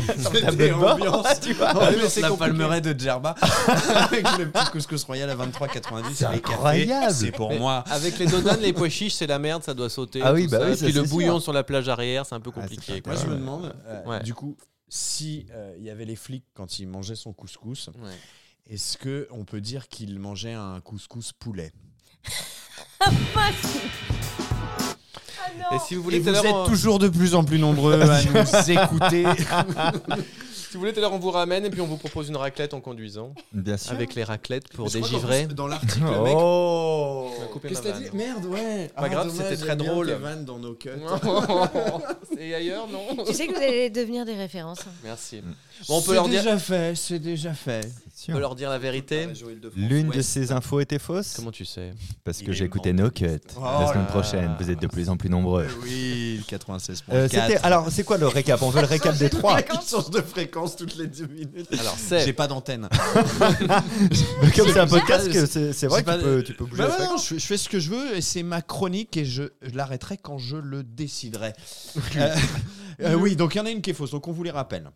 Speaker 2: de
Speaker 7: C'était
Speaker 2: bord
Speaker 7: ambiance.
Speaker 2: tu vois
Speaker 7: Ah,
Speaker 2: Mais
Speaker 7: mais
Speaker 2: c'est
Speaker 7: la
Speaker 2: compliqué.
Speaker 7: palmeraie de Djerba avec le petit couscous royal à 23,90.
Speaker 2: C'est
Speaker 7: et les cafés.
Speaker 2: incroyable.
Speaker 7: C'est pour
Speaker 3: Mais
Speaker 7: moi.
Speaker 3: Avec les dodanes, les pois chiches, c'est la merde, ça doit sauter.
Speaker 2: Ah oui,
Speaker 3: tout
Speaker 2: bah
Speaker 3: ça.
Speaker 2: oui,
Speaker 3: Et
Speaker 2: ça,
Speaker 3: Puis
Speaker 2: c'est
Speaker 3: le
Speaker 2: sûr.
Speaker 3: bouillon sur la plage arrière, c'est un peu
Speaker 2: Ah, c'est
Speaker 3: compliqué.
Speaker 2: pas
Speaker 3: quoi.
Speaker 7: Moi, je me
Speaker 2: Ouais.
Speaker 7: demande, euh,
Speaker 3: Ouais.
Speaker 7: du coup, si euh, il y avait les flics quand ils mangeaient son couscous,
Speaker 3: Ouais.
Speaker 7: est-ce que on peut dire qu'ils mangeaient un couscous poulet
Speaker 3: Et si vous
Speaker 7: Et
Speaker 3: voulez, euh,
Speaker 7: vous
Speaker 3: tout à l'heure,
Speaker 7: êtes
Speaker 3: on-
Speaker 7: toujours de plus en plus nombreux à nous écouter.
Speaker 3: si vous voulez, tout à l'heure, on vous ramène et puis on vous propose une raclette en conduisant.
Speaker 2: Bien sûr.
Speaker 3: Avec les raclettes pour
Speaker 7: Je crois qu'en
Speaker 3: dégivrer.
Speaker 7: plus, Dans l'article, le mec.
Speaker 2: Oh
Speaker 3: On a coupé
Speaker 7: Qu'est-ce que
Speaker 3: ma
Speaker 7: t'as dit
Speaker 3: vanne.
Speaker 7: Merde, ouais. Ah,
Speaker 3: Pas grave, c'était très
Speaker 7: j'aime bien
Speaker 3: drôle.
Speaker 7: tes vannes dans nos cuts.
Speaker 3: C'est ailleurs, non
Speaker 5: Tu sais que vous allez devenir des références. hein.
Speaker 3: Merci.
Speaker 2: Mm.
Speaker 3: Bon, on peut leur
Speaker 7: C'est
Speaker 3: dire,
Speaker 7: déjà fait, c'est déjà fait.
Speaker 3: on peut leur dire la vérité.
Speaker 2: L'une de ces infos était fausse
Speaker 3: Comment tu sais
Speaker 2: parce
Speaker 7: Il
Speaker 2: que
Speaker 7: est
Speaker 2: j'ai écouté No Cut la
Speaker 7: Oh
Speaker 2: semaine
Speaker 3: là
Speaker 2: prochaine.
Speaker 3: là.
Speaker 2: Vous êtes de plus en plus nombreux.
Speaker 7: Oui, le 96.
Speaker 2: Euh, c'était- alors, c'est quoi le récap On veut le récap des trois.
Speaker 7: Ils changent de fréquence toutes les 10 minutes.
Speaker 3: Alors,
Speaker 7: J'ai
Speaker 3: c'est.
Speaker 7: pas d'antenne.
Speaker 2: Mais Comme c'est un podcast,
Speaker 7: j'ai-
Speaker 2: que c'est c'est vrai
Speaker 7: J'ai
Speaker 2: que
Speaker 7: pas
Speaker 2: tu
Speaker 7: de-
Speaker 2: peux, tu peux bouger.
Speaker 7: Bah
Speaker 2: la
Speaker 7: ouais,
Speaker 2: fréquence.
Speaker 7: non, je, fais- je fais ce que je veux et c'est ma chronique et je, je l'arrêterai quand je le déciderai. Euh, euh, oui, donc il y en a une qui est fausse, donc on vous les rappelle.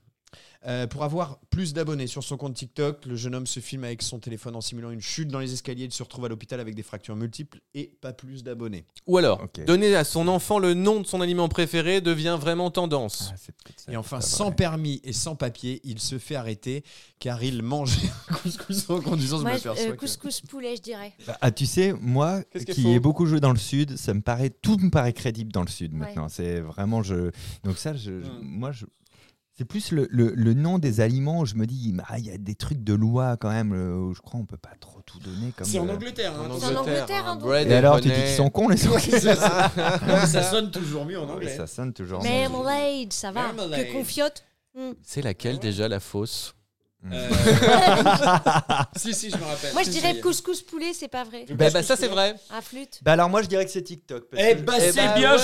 Speaker 7: Euh, pour avoir plus d'abonnés sur son compte TikTok, le jeune homme se filme avec son téléphone en simulant une chute dans les escaliers. Il se retrouve à l'hôpital avec des fractures multiples et pas plus d'abonnés.
Speaker 3: Ou alors,
Speaker 2: Ok.
Speaker 3: donner à son enfant le nom de son aliment préféré devient vraiment tendance.
Speaker 2: Ah, c'est peut-être ça,
Speaker 7: Et enfin,
Speaker 2: c'est pas
Speaker 7: sans
Speaker 2: vrai.
Speaker 7: permis et sans papier, il se fait arrêter car il mangeait un couscous en conduisant.
Speaker 5: Moi,
Speaker 7: je
Speaker 5: je- euh,
Speaker 7: m'aperçois que-
Speaker 5: couscous poulet, je dirais.
Speaker 2: Ah, tu sais, moi,
Speaker 3: Qu'est-ce qu'il
Speaker 2: qui
Speaker 3: faut
Speaker 2: ai beaucoup joué dans le sud, ça me paraît tout me paraît crédible dans le sud
Speaker 5: Ouais.
Speaker 2: maintenant. C'est vraiment je. Donc ça, je, je-
Speaker 7: Hmm.
Speaker 2: moi, je. C'est plus le, le- le nom des aliments. où Je me dis, ah, il y a des trucs de loi quand même. euh, où je crois on peut pas trop tout donner. Comme
Speaker 7: C'est en
Speaker 2: euh.
Speaker 7: Angleterre. hein,
Speaker 3: En
Speaker 7: attention.
Speaker 5: C'est en Angleterre, hein, donc.
Speaker 3: bread
Speaker 2: Et alors, tu dis
Speaker 3: bonnet.
Speaker 2: qu'ils sont cons les Anglais.
Speaker 7: ça sonne toujours mieux en
Speaker 2: Et
Speaker 7: anglais.
Speaker 2: ça sonne toujours. en anglais.
Speaker 5: Marmalade, ça va.
Speaker 7: Marmalade.
Speaker 5: Que confiote.
Speaker 3: C'est laquelle déjà la fausse
Speaker 7: si, si, je me rappelle.
Speaker 5: Moi, je dirais couscous poulet, c'est pas vrai.
Speaker 2: Euh.
Speaker 3: Bah, bah, ça c'est vrai.
Speaker 5: Ah, flûte.
Speaker 2: Bah alors moi je dirais que c'est TikTok. parce
Speaker 7: Eh
Speaker 2: que-
Speaker 7: bah,
Speaker 3: Eh
Speaker 7: c'est
Speaker 3: bah
Speaker 7: bien
Speaker 3: ouais,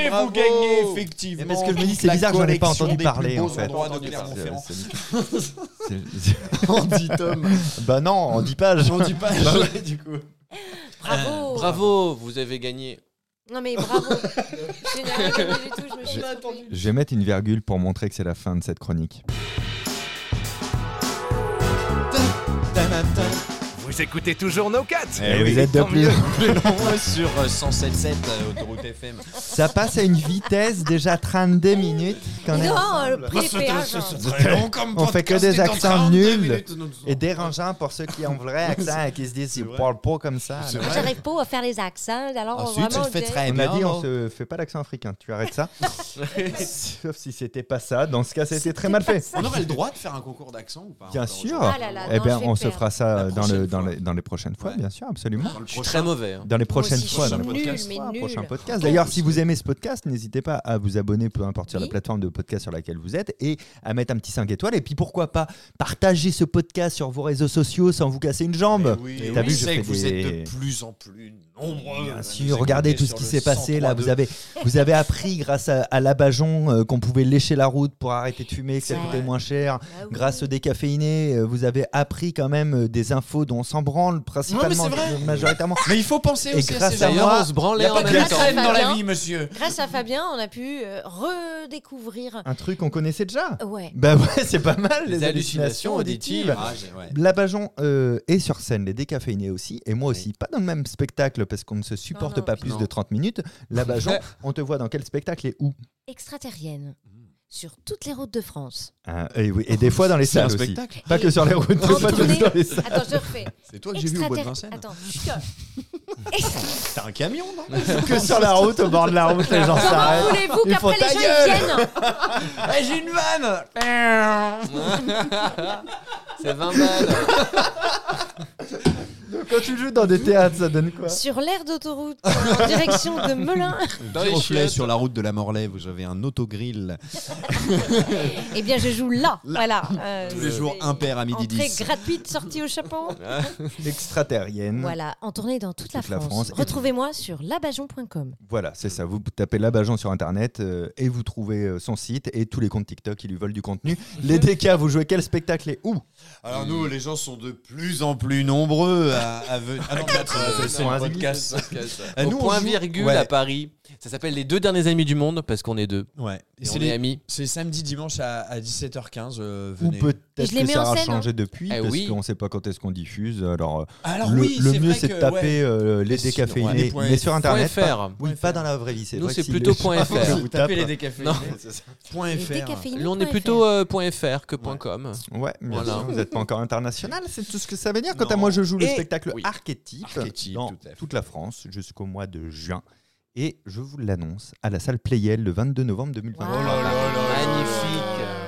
Speaker 7: joué
Speaker 3: bravo.
Speaker 7: Vous gagnez
Speaker 2: Eh, Mais
Speaker 7: effectivement.
Speaker 2: parce que je me dis c'est bizarre, j'en ai pas entendu parler en fait.
Speaker 7: endroits de
Speaker 2: C'est-
Speaker 7: Clermont-Ferrand.
Speaker 2: c'est- c'est- c'est-
Speaker 7: On dit Tom.
Speaker 2: bah non, on dit pas.
Speaker 7: J'en dis pas.
Speaker 2: Bah
Speaker 7: je- du coup.
Speaker 5: Bravo.
Speaker 3: Bravo, vous avez gagné.
Speaker 5: Non, mais bravo. je n'ai rien compris du tout, je me suis trompée.
Speaker 2: Je vais mettre une virgule pour montrer que c'est la fin de cette chronique.
Speaker 1: Vous écoutez toujours No Cut
Speaker 2: Et vous êtes de plus.
Speaker 7: Plus nombreux sur euh, 107.7 euh, autoroute FM.
Speaker 2: Ça passe à une vitesse déjà 32 minutes qu'on
Speaker 5: Dis
Speaker 2: est
Speaker 5: donc, euh, le
Speaker 2: Ah,
Speaker 5: prix des péages, hein.
Speaker 2: On fait que des accents nuls et dérangeants pour ceux qui ont vrai accent et qui se disent ils
Speaker 7: vrai.
Speaker 2: parlent pas comme ça.
Speaker 7: C'est
Speaker 5: Moi,
Speaker 7: vrai.
Speaker 5: j'arrive pas à faire les accents,
Speaker 2: Ah,
Speaker 5: alors
Speaker 7: Ensuite, tu
Speaker 5: Oh, vraiment.
Speaker 7: le fais
Speaker 5: je dirais-
Speaker 7: très
Speaker 2: On
Speaker 7: bien.
Speaker 2: a dit on
Speaker 7: non
Speaker 2: se fait pas l'accent africain. Tu arrêtes ça. Sauf si c'était pas ça. Dans ce cas, c'était très mal fait.
Speaker 7: On aurait le droit de faire un concours d'accent ou pas
Speaker 2: Bien
Speaker 7: encore
Speaker 2: sûr.
Speaker 5: Ah là là,
Speaker 2: Eh
Speaker 5: non,
Speaker 2: bien,
Speaker 5: je vais
Speaker 2: on se
Speaker 5: perdre.
Speaker 2: fera ça
Speaker 7: La
Speaker 2: euh, dans, le,
Speaker 7: prochaine
Speaker 2: dans,
Speaker 7: fois.
Speaker 2: les, dans les prochaines fois,
Speaker 7: Ouais.
Speaker 2: bien sûr, absolument.
Speaker 7: Dans le
Speaker 3: Je suis
Speaker 7: prochain.
Speaker 3: très mauvais. hein.
Speaker 2: Dans les
Speaker 5: Moi aussi,
Speaker 2: prochaines
Speaker 5: je
Speaker 2: fois.
Speaker 5: suis
Speaker 2: dans les
Speaker 5: nulle,
Speaker 2: podcasts.
Speaker 5: mais
Speaker 2: Ah,
Speaker 5: nulle.
Speaker 2: prochain podcast. D'ailleurs, si vous aimez ce podcast, n'hésitez pas à vous abonner, peu importe sur la
Speaker 5: Oui.
Speaker 2: plateforme de podcast sur laquelle vous êtes, et à mettre un petit 5 étoiles. Et puis, pourquoi pas partager ce podcast sur vos réseaux sociaux sans vous casser une
Speaker 7: Mais
Speaker 2: jambe
Speaker 7: Eh oui,
Speaker 2: T'as
Speaker 7: on
Speaker 2: vu, je
Speaker 7: sait
Speaker 2: fais
Speaker 7: que vous
Speaker 2: des-
Speaker 7: êtes de plus en plus nombreux. à
Speaker 2: Bien
Speaker 7: nous
Speaker 2: sûr, regardez
Speaker 7: écouter
Speaker 2: tout ce qui
Speaker 7: sur
Speaker 2: s'est
Speaker 7: le
Speaker 2: passé là.
Speaker 7: 103.2.
Speaker 2: Vous avez, vous avez appris grâce à, à l'abajon euh, qu'on pouvait lécher la route pour arrêter de fumer, que ça
Speaker 5: Ouais.
Speaker 2: coûtait moins cher.
Speaker 5: Ah oui.
Speaker 2: Grâce au décaféiné, euh, vous avez appris quand même euh, des infos dont on s'en branle principalement,
Speaker 7: c'est vrai.
Speaker 2: majoritairement.
Speaker 7: Mais il faut penser
Speaker 2: Et
Speaker 7: aussi à
Speaker 2: grâce
Speaker 7: ces
Speaker 2: à
Speaker 7: gens.
Speaker 3: D'ailleurs,
Speaker 2: moi,
Speaker 3: on se branlait
Speaker 7: Il n'y a
Speaker 3: en
Speaker 7: pas que
Speaker 3: même
Speaker 7: la
Speaker 5: temps.
Speaker 7: crème dans la
Speaker 5: Fabien.
Speaker 7: vie, monsieur.
Speaker 5: Grâce à Fabien, on a pu euh, redécouvrir. euh,
Speaker 2: Un truc qu'on connaissait déjà.
Speaker 5: Ouais.
Speaker 2: Bah ouais, c'est pas mal les,
Speaker 3: Les hallucinations auditives.
Speaker 7: Ah, j'ai- ouais.
Speaker 2: Labajon euh, est sur scène, les décaféinés aussi, et moi aussi, pas dans le même spectacle parce qu'on ne se supporte
Speaker 5: Non, non,
Speaker 2: pas
Speaker 5: puis
Speaker 2: plus
Speaker 3: non.
Speaker 2: de 30 minutes. Labajon,
Speaker 3: Ouais.
Speaker 2: on te voit dans quel spectacle et où
Speaker 5: Extraterrienne. Sur toutes les routes de France.
Speaker 2: Hein, et, oui, et des fois dans les
Speaker 7: C'est un
Speaker 2: salles aussi.
Speaker 7: spectacle.
Speaker 2: Pas que sur les routes, des fois
Speaker 5: Retournez-
Speaker 2: dans les salles.
Speaker 5: Attends, je refais.
Speaker 7: C'est
Speaker 2: Oh,
Speaker 7: toi que j'ai vu au bois de Vincennes.
Speaker 5: Attends.
Speaker 7: T'as un camion, non
Speaker 2: que sur la route, au bord de la route, les gens
Speaker 5: Comment
Speaker 2: s'arrêtent.
Speaker 5: voulez-vous
Speaker 2: Il faut
Speaker 5: qu'après les
Speaker 2: ta
Speaker 5: gens ils viennent
Speaker 7: Eh, J'ai une vanne
Speaker 3: C'est 20 balles.
Speaker 2: Quand tu joues dans des théâtres, ça donne quoi
Speaker 5: Sur l'aire d'autoroute, en direction de Melun.
Speaker 3: Dans les
Speaker 7: Reflet
Speaker 3: chiottes.
Speaker 7: sur la route de la Morlaix, vous avez un autogrill
Speaker 5: Eh bien, je joue là. Voilà. euh,
Speaker 7: tous les jours
Speaker 5: c'est
Speaker 7: impair à midi
Speaker 5: Entrée
Speaker 7: 10.
Speaker 5: gratuite, sortie au chapeau.
Speaker 2: Extraterrienne. Voilà,
Speaker 5: Voilà, en tournée dans toute, la,
Speaker 2: Toute la
Speaker 5: France.
Speaker 2: France.
Speaker 5: Retrouvez-moi sur labajon.com.
Speaker 2: c'est ça. Vous tapez Labajon sur internet euh, et vous trouvez euh, son site et tous les comptes TikTok qui lui volent du contenu. Les DK, vous jouez quel spectacle et où
Speaker 7: Alors nous, les gens sont de plus en plus nombreux à, à, à venir. Ah non, bah, c'est-
Speaker 3: Euh,
Speaker 7: c'est
Speaker 3: non,
Speaker 7: un
Speaker 3: c'est
Speaker 7: podcast.
Speaker 3: un podcast.
Speaker 7: Euh, nous,
Speaker 3: Au
Speaker 7: on
Speaker 3: point
Speaker 7: joue-
Speaker 3: virgule
Speaker 7: ouais.
Speaker 3: à Paris. Ça s'appelle les deux derniers amis du monde parce qu'on est deux.
Speaker 7: Ouais. Et
Speaker 3: Et
Speaker 7: c'est
Speaker 3: on
Speaker 7: les-
Speaker 3: est amis.
Speaker 7: C'est samedi, dimanche à, à 17h15. euh,
Speaker 2: Ou
Speaker 7: venez.
Speaker 2: peut-être
Speaker 5: Je les
Speaker 2: que
Speaker 5: mets
Speaker 2: ça
Speaker 5: en
Speaker 2: a
Speaker 5: scène, hein.
Speaker 2: changé depuis,
Speaker 3: Eh
Speaker 2: parce
Speaker 3: oui.
Speaker 2: qu'on ne sait pas quand est-ce qu'on diffuse. Alors, euh,
Speaker 7: Alors
Speaker 2: le,
Speaker 7: Ah oui,
Speaker 2: le
Speaker 7: c'est
Speaker 2: mieux,
Speaker 7: vrai
Speaker 2: c'est
Speaker 7: que,
Speaker 2: de
Speaker 7: ouais.
Speaker 2: taper euh, les
Speaker 7: Sinon,
Speaker 2: décaféinés,
Speaker 7: ouais, les
Speaker 2: mais sur Internet.
Speaker 3: .fr.
Speaker 2: pas- oui, pas dans la vraie vie.
Speaker 3: Nous,
Speaker 2: vrai
Speaker 3: c'est
Speaker 2: que si
Speaker 3: plutôt
Speaker 2: les gens
Speaker 3: .fr.
Speaker 2: vous
Speaker 7: Vous
Speaker 2: tapent-
Speaker 7: tapez les décaféinés. c'est ça. Point
Speaker 5: Les
Speaker 7: .fr.
Speaker 5: décaféinés
Speaker 3: Là, on est
Speaker 5: point
Speaker 3: plutôt
Speaker 5: fr.
Speaker 3: euh, point .fr que point .com.
Speaker 2: Ouais, bien
Speaker 3: Voilà.
Speaker 2: sûr, vous n'êtes pas encore international, c'est tout ce que ça veut dire. Quant à
Speaker 7: Non.
Speaker 2: moi, je joue le
Speaker 3: Et-
Speaker 2: spectacle
Speaker 3: oui.
Speaker 2: Archétype,
Speaker 7: Archétype,
Speaker 2: dans
Speaker 7: tout à fait.
Speaker 2: toute la France jusqu'au mois de juin. Et je vous l'annonce à la salle Playel le 22 novembre 2020.
Speaker 5: Waouh.
Speaker 3: Magnifique.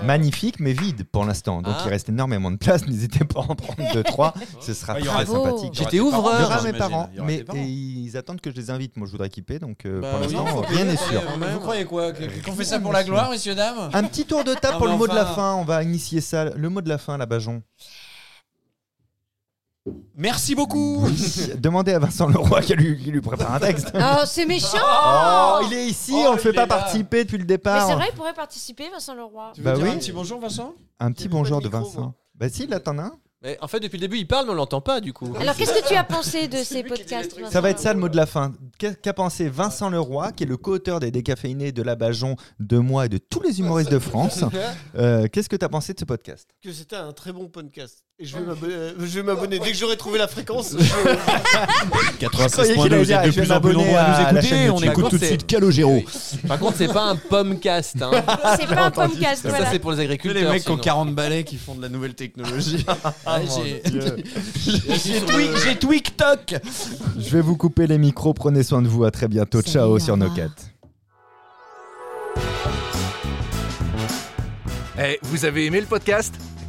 Speaker 2: Magnifique, mais vide pour l'instant. Donc
Speaker 3: Ah.
Speaker 2: il reste énormément de place. N'hésitez pas à en prendre deux, trois. Ce sera
Speaker 7: Ouais, Ah, il y aura
Speaker 2: très
Speaker 5: des- Bravo.
Speaker 2: sympathique.
Speaker 3: J'étais
Speaker 2: Il y
Speaker 3: ouvreur.
Speaker 2: aura mes parents, mais
Speaker 7: Mais
Speaker 2: et ils attendent que je les invite. Moi, je voudrais équiper, donc euh,
Speaker 3: Bah
Speaker 2: pour
Speaker 3: oui,
Speaker 2: l'instant,
Speaker 3: faut
Speaker 2: rien n'est sûr.
Speaker 7: Vous croyez quoi que- Qu'on fait ça
Speaker 2: Rien
Speaker 7: pour
Speaker 2: n'est
Speaker 7: la
Speaker 2: sûr.
Speaker 7: gloire, messieurs, dames
Speaker 2: Un petit tour de table
Speaker 7: Non,
Speaker 2: pour
Speaker 7: mais
Speaker 2: le mot de la
Speaker 7: enfin.
Speaker 2: fin. On va initier ça. Le mot de la fin, la Bajon.
Speaker 7: Merci beaucoup
Speaker 2: Demandez à Vincent Leroy qui lui, qui lui prépare un texte.
Speaker 5: Oh, c'est méchant
Speaker 2: Oh, il est ici,
Speaker 7: Oh,
Speaker 2: on ne
Speaker 7: il
Speaker 2: fait
Speaker 7: est
Speaker 2: pas
Speaker 7: là.
Speaker 2: participer depuis le
Speaker 5: Mais
Speaker 2: départ.
Speaker 5: c'est vrai, il pourrait participer, Vincent Leroy.
Speaker 7: Tu veux
Speaker 2: Bah
Speaker 7: dire
Speaker 2: oui.
Speaker 7: un petit bonjour, Vincent
Speaker 2: Un petit
Speaker 3: Il y a
Speaker 2: bonjour
Speaker 3: pas
Speaker 2: de
Speaker 3: de micro,
Speaker 2: Vincent.
Speaker 3: moi.
Speaker 2: Bah si, là t'en as un.
Speaker 3: Mais en fait, depuis le début, il parle, mais on l'entend pas du coup.
Speaker 5: Alors, qu'est-ce que tu as pensé de ces podcasts
Speaker 2: Ça
Speaker 5: Vincent
Speaker 2: va être ça le mot de la fin. Qu'a qu'a pensé Vincent Leroy, qui est le co-auteur des décaféinés de la Bajon, de moi et de tous les humoristes de France Euh, Qu'est-ce que t'as pensé de ce podcast
Speaker 8: que c'était un très bon podcast. Et je vais m'abonner. euh, je vais m'abonner. Dès que j'aurais trouvé la fréquence, je-
Speaker 2: croyais qu'il
Speaker 9: 96.2,
Speaker 2: allait
Speaker 9: vous
Speaker 2: dire,
Speaker 9: êtes de
Speaker 2: je vais
Speaker 9: plus en plus
Speaker 2: m'abonner
Speaker 9: nombreux à
Speaker 2: à
Speaker 9: nous
Speaker 2: la chaîne
Speaker 9: écouter. On
Speaker 3: YouTube.
Speaker 9: écoute tout de
Speaker 3: C'est-
Speaker 9: suite Calogero.
Speaker 3: Oh. Par contre, c'est pas un pomcast. Hein.
Speaker 5: C'est pas un podcast,
Speaker 3: Ça,
Speaker 5: voilà.
Speaker 3: c'est pour les
Speaker 7: Que
Speaker 3: agriculteurs.
Speaker 7: les mecs qui ont
Speaker 3: sinon. Ah,
Speaker 7: 40 balais qui font de la nouvelle technologie. Ouais, j'ai- J'ai tweak- j'ai TwikTok
Speaker 2: Je vais vous couper les micros, prenez soin de vous, à très bientôt.
Speaker 5: Salut,
Speaker 2: Ciao
Speaker 5: au
Speaker 2: sur nos
Speaker 5: revoir.
Speaker 2: quêtes.
Speaker 1: Eh, vous avez aimé le podcast Eh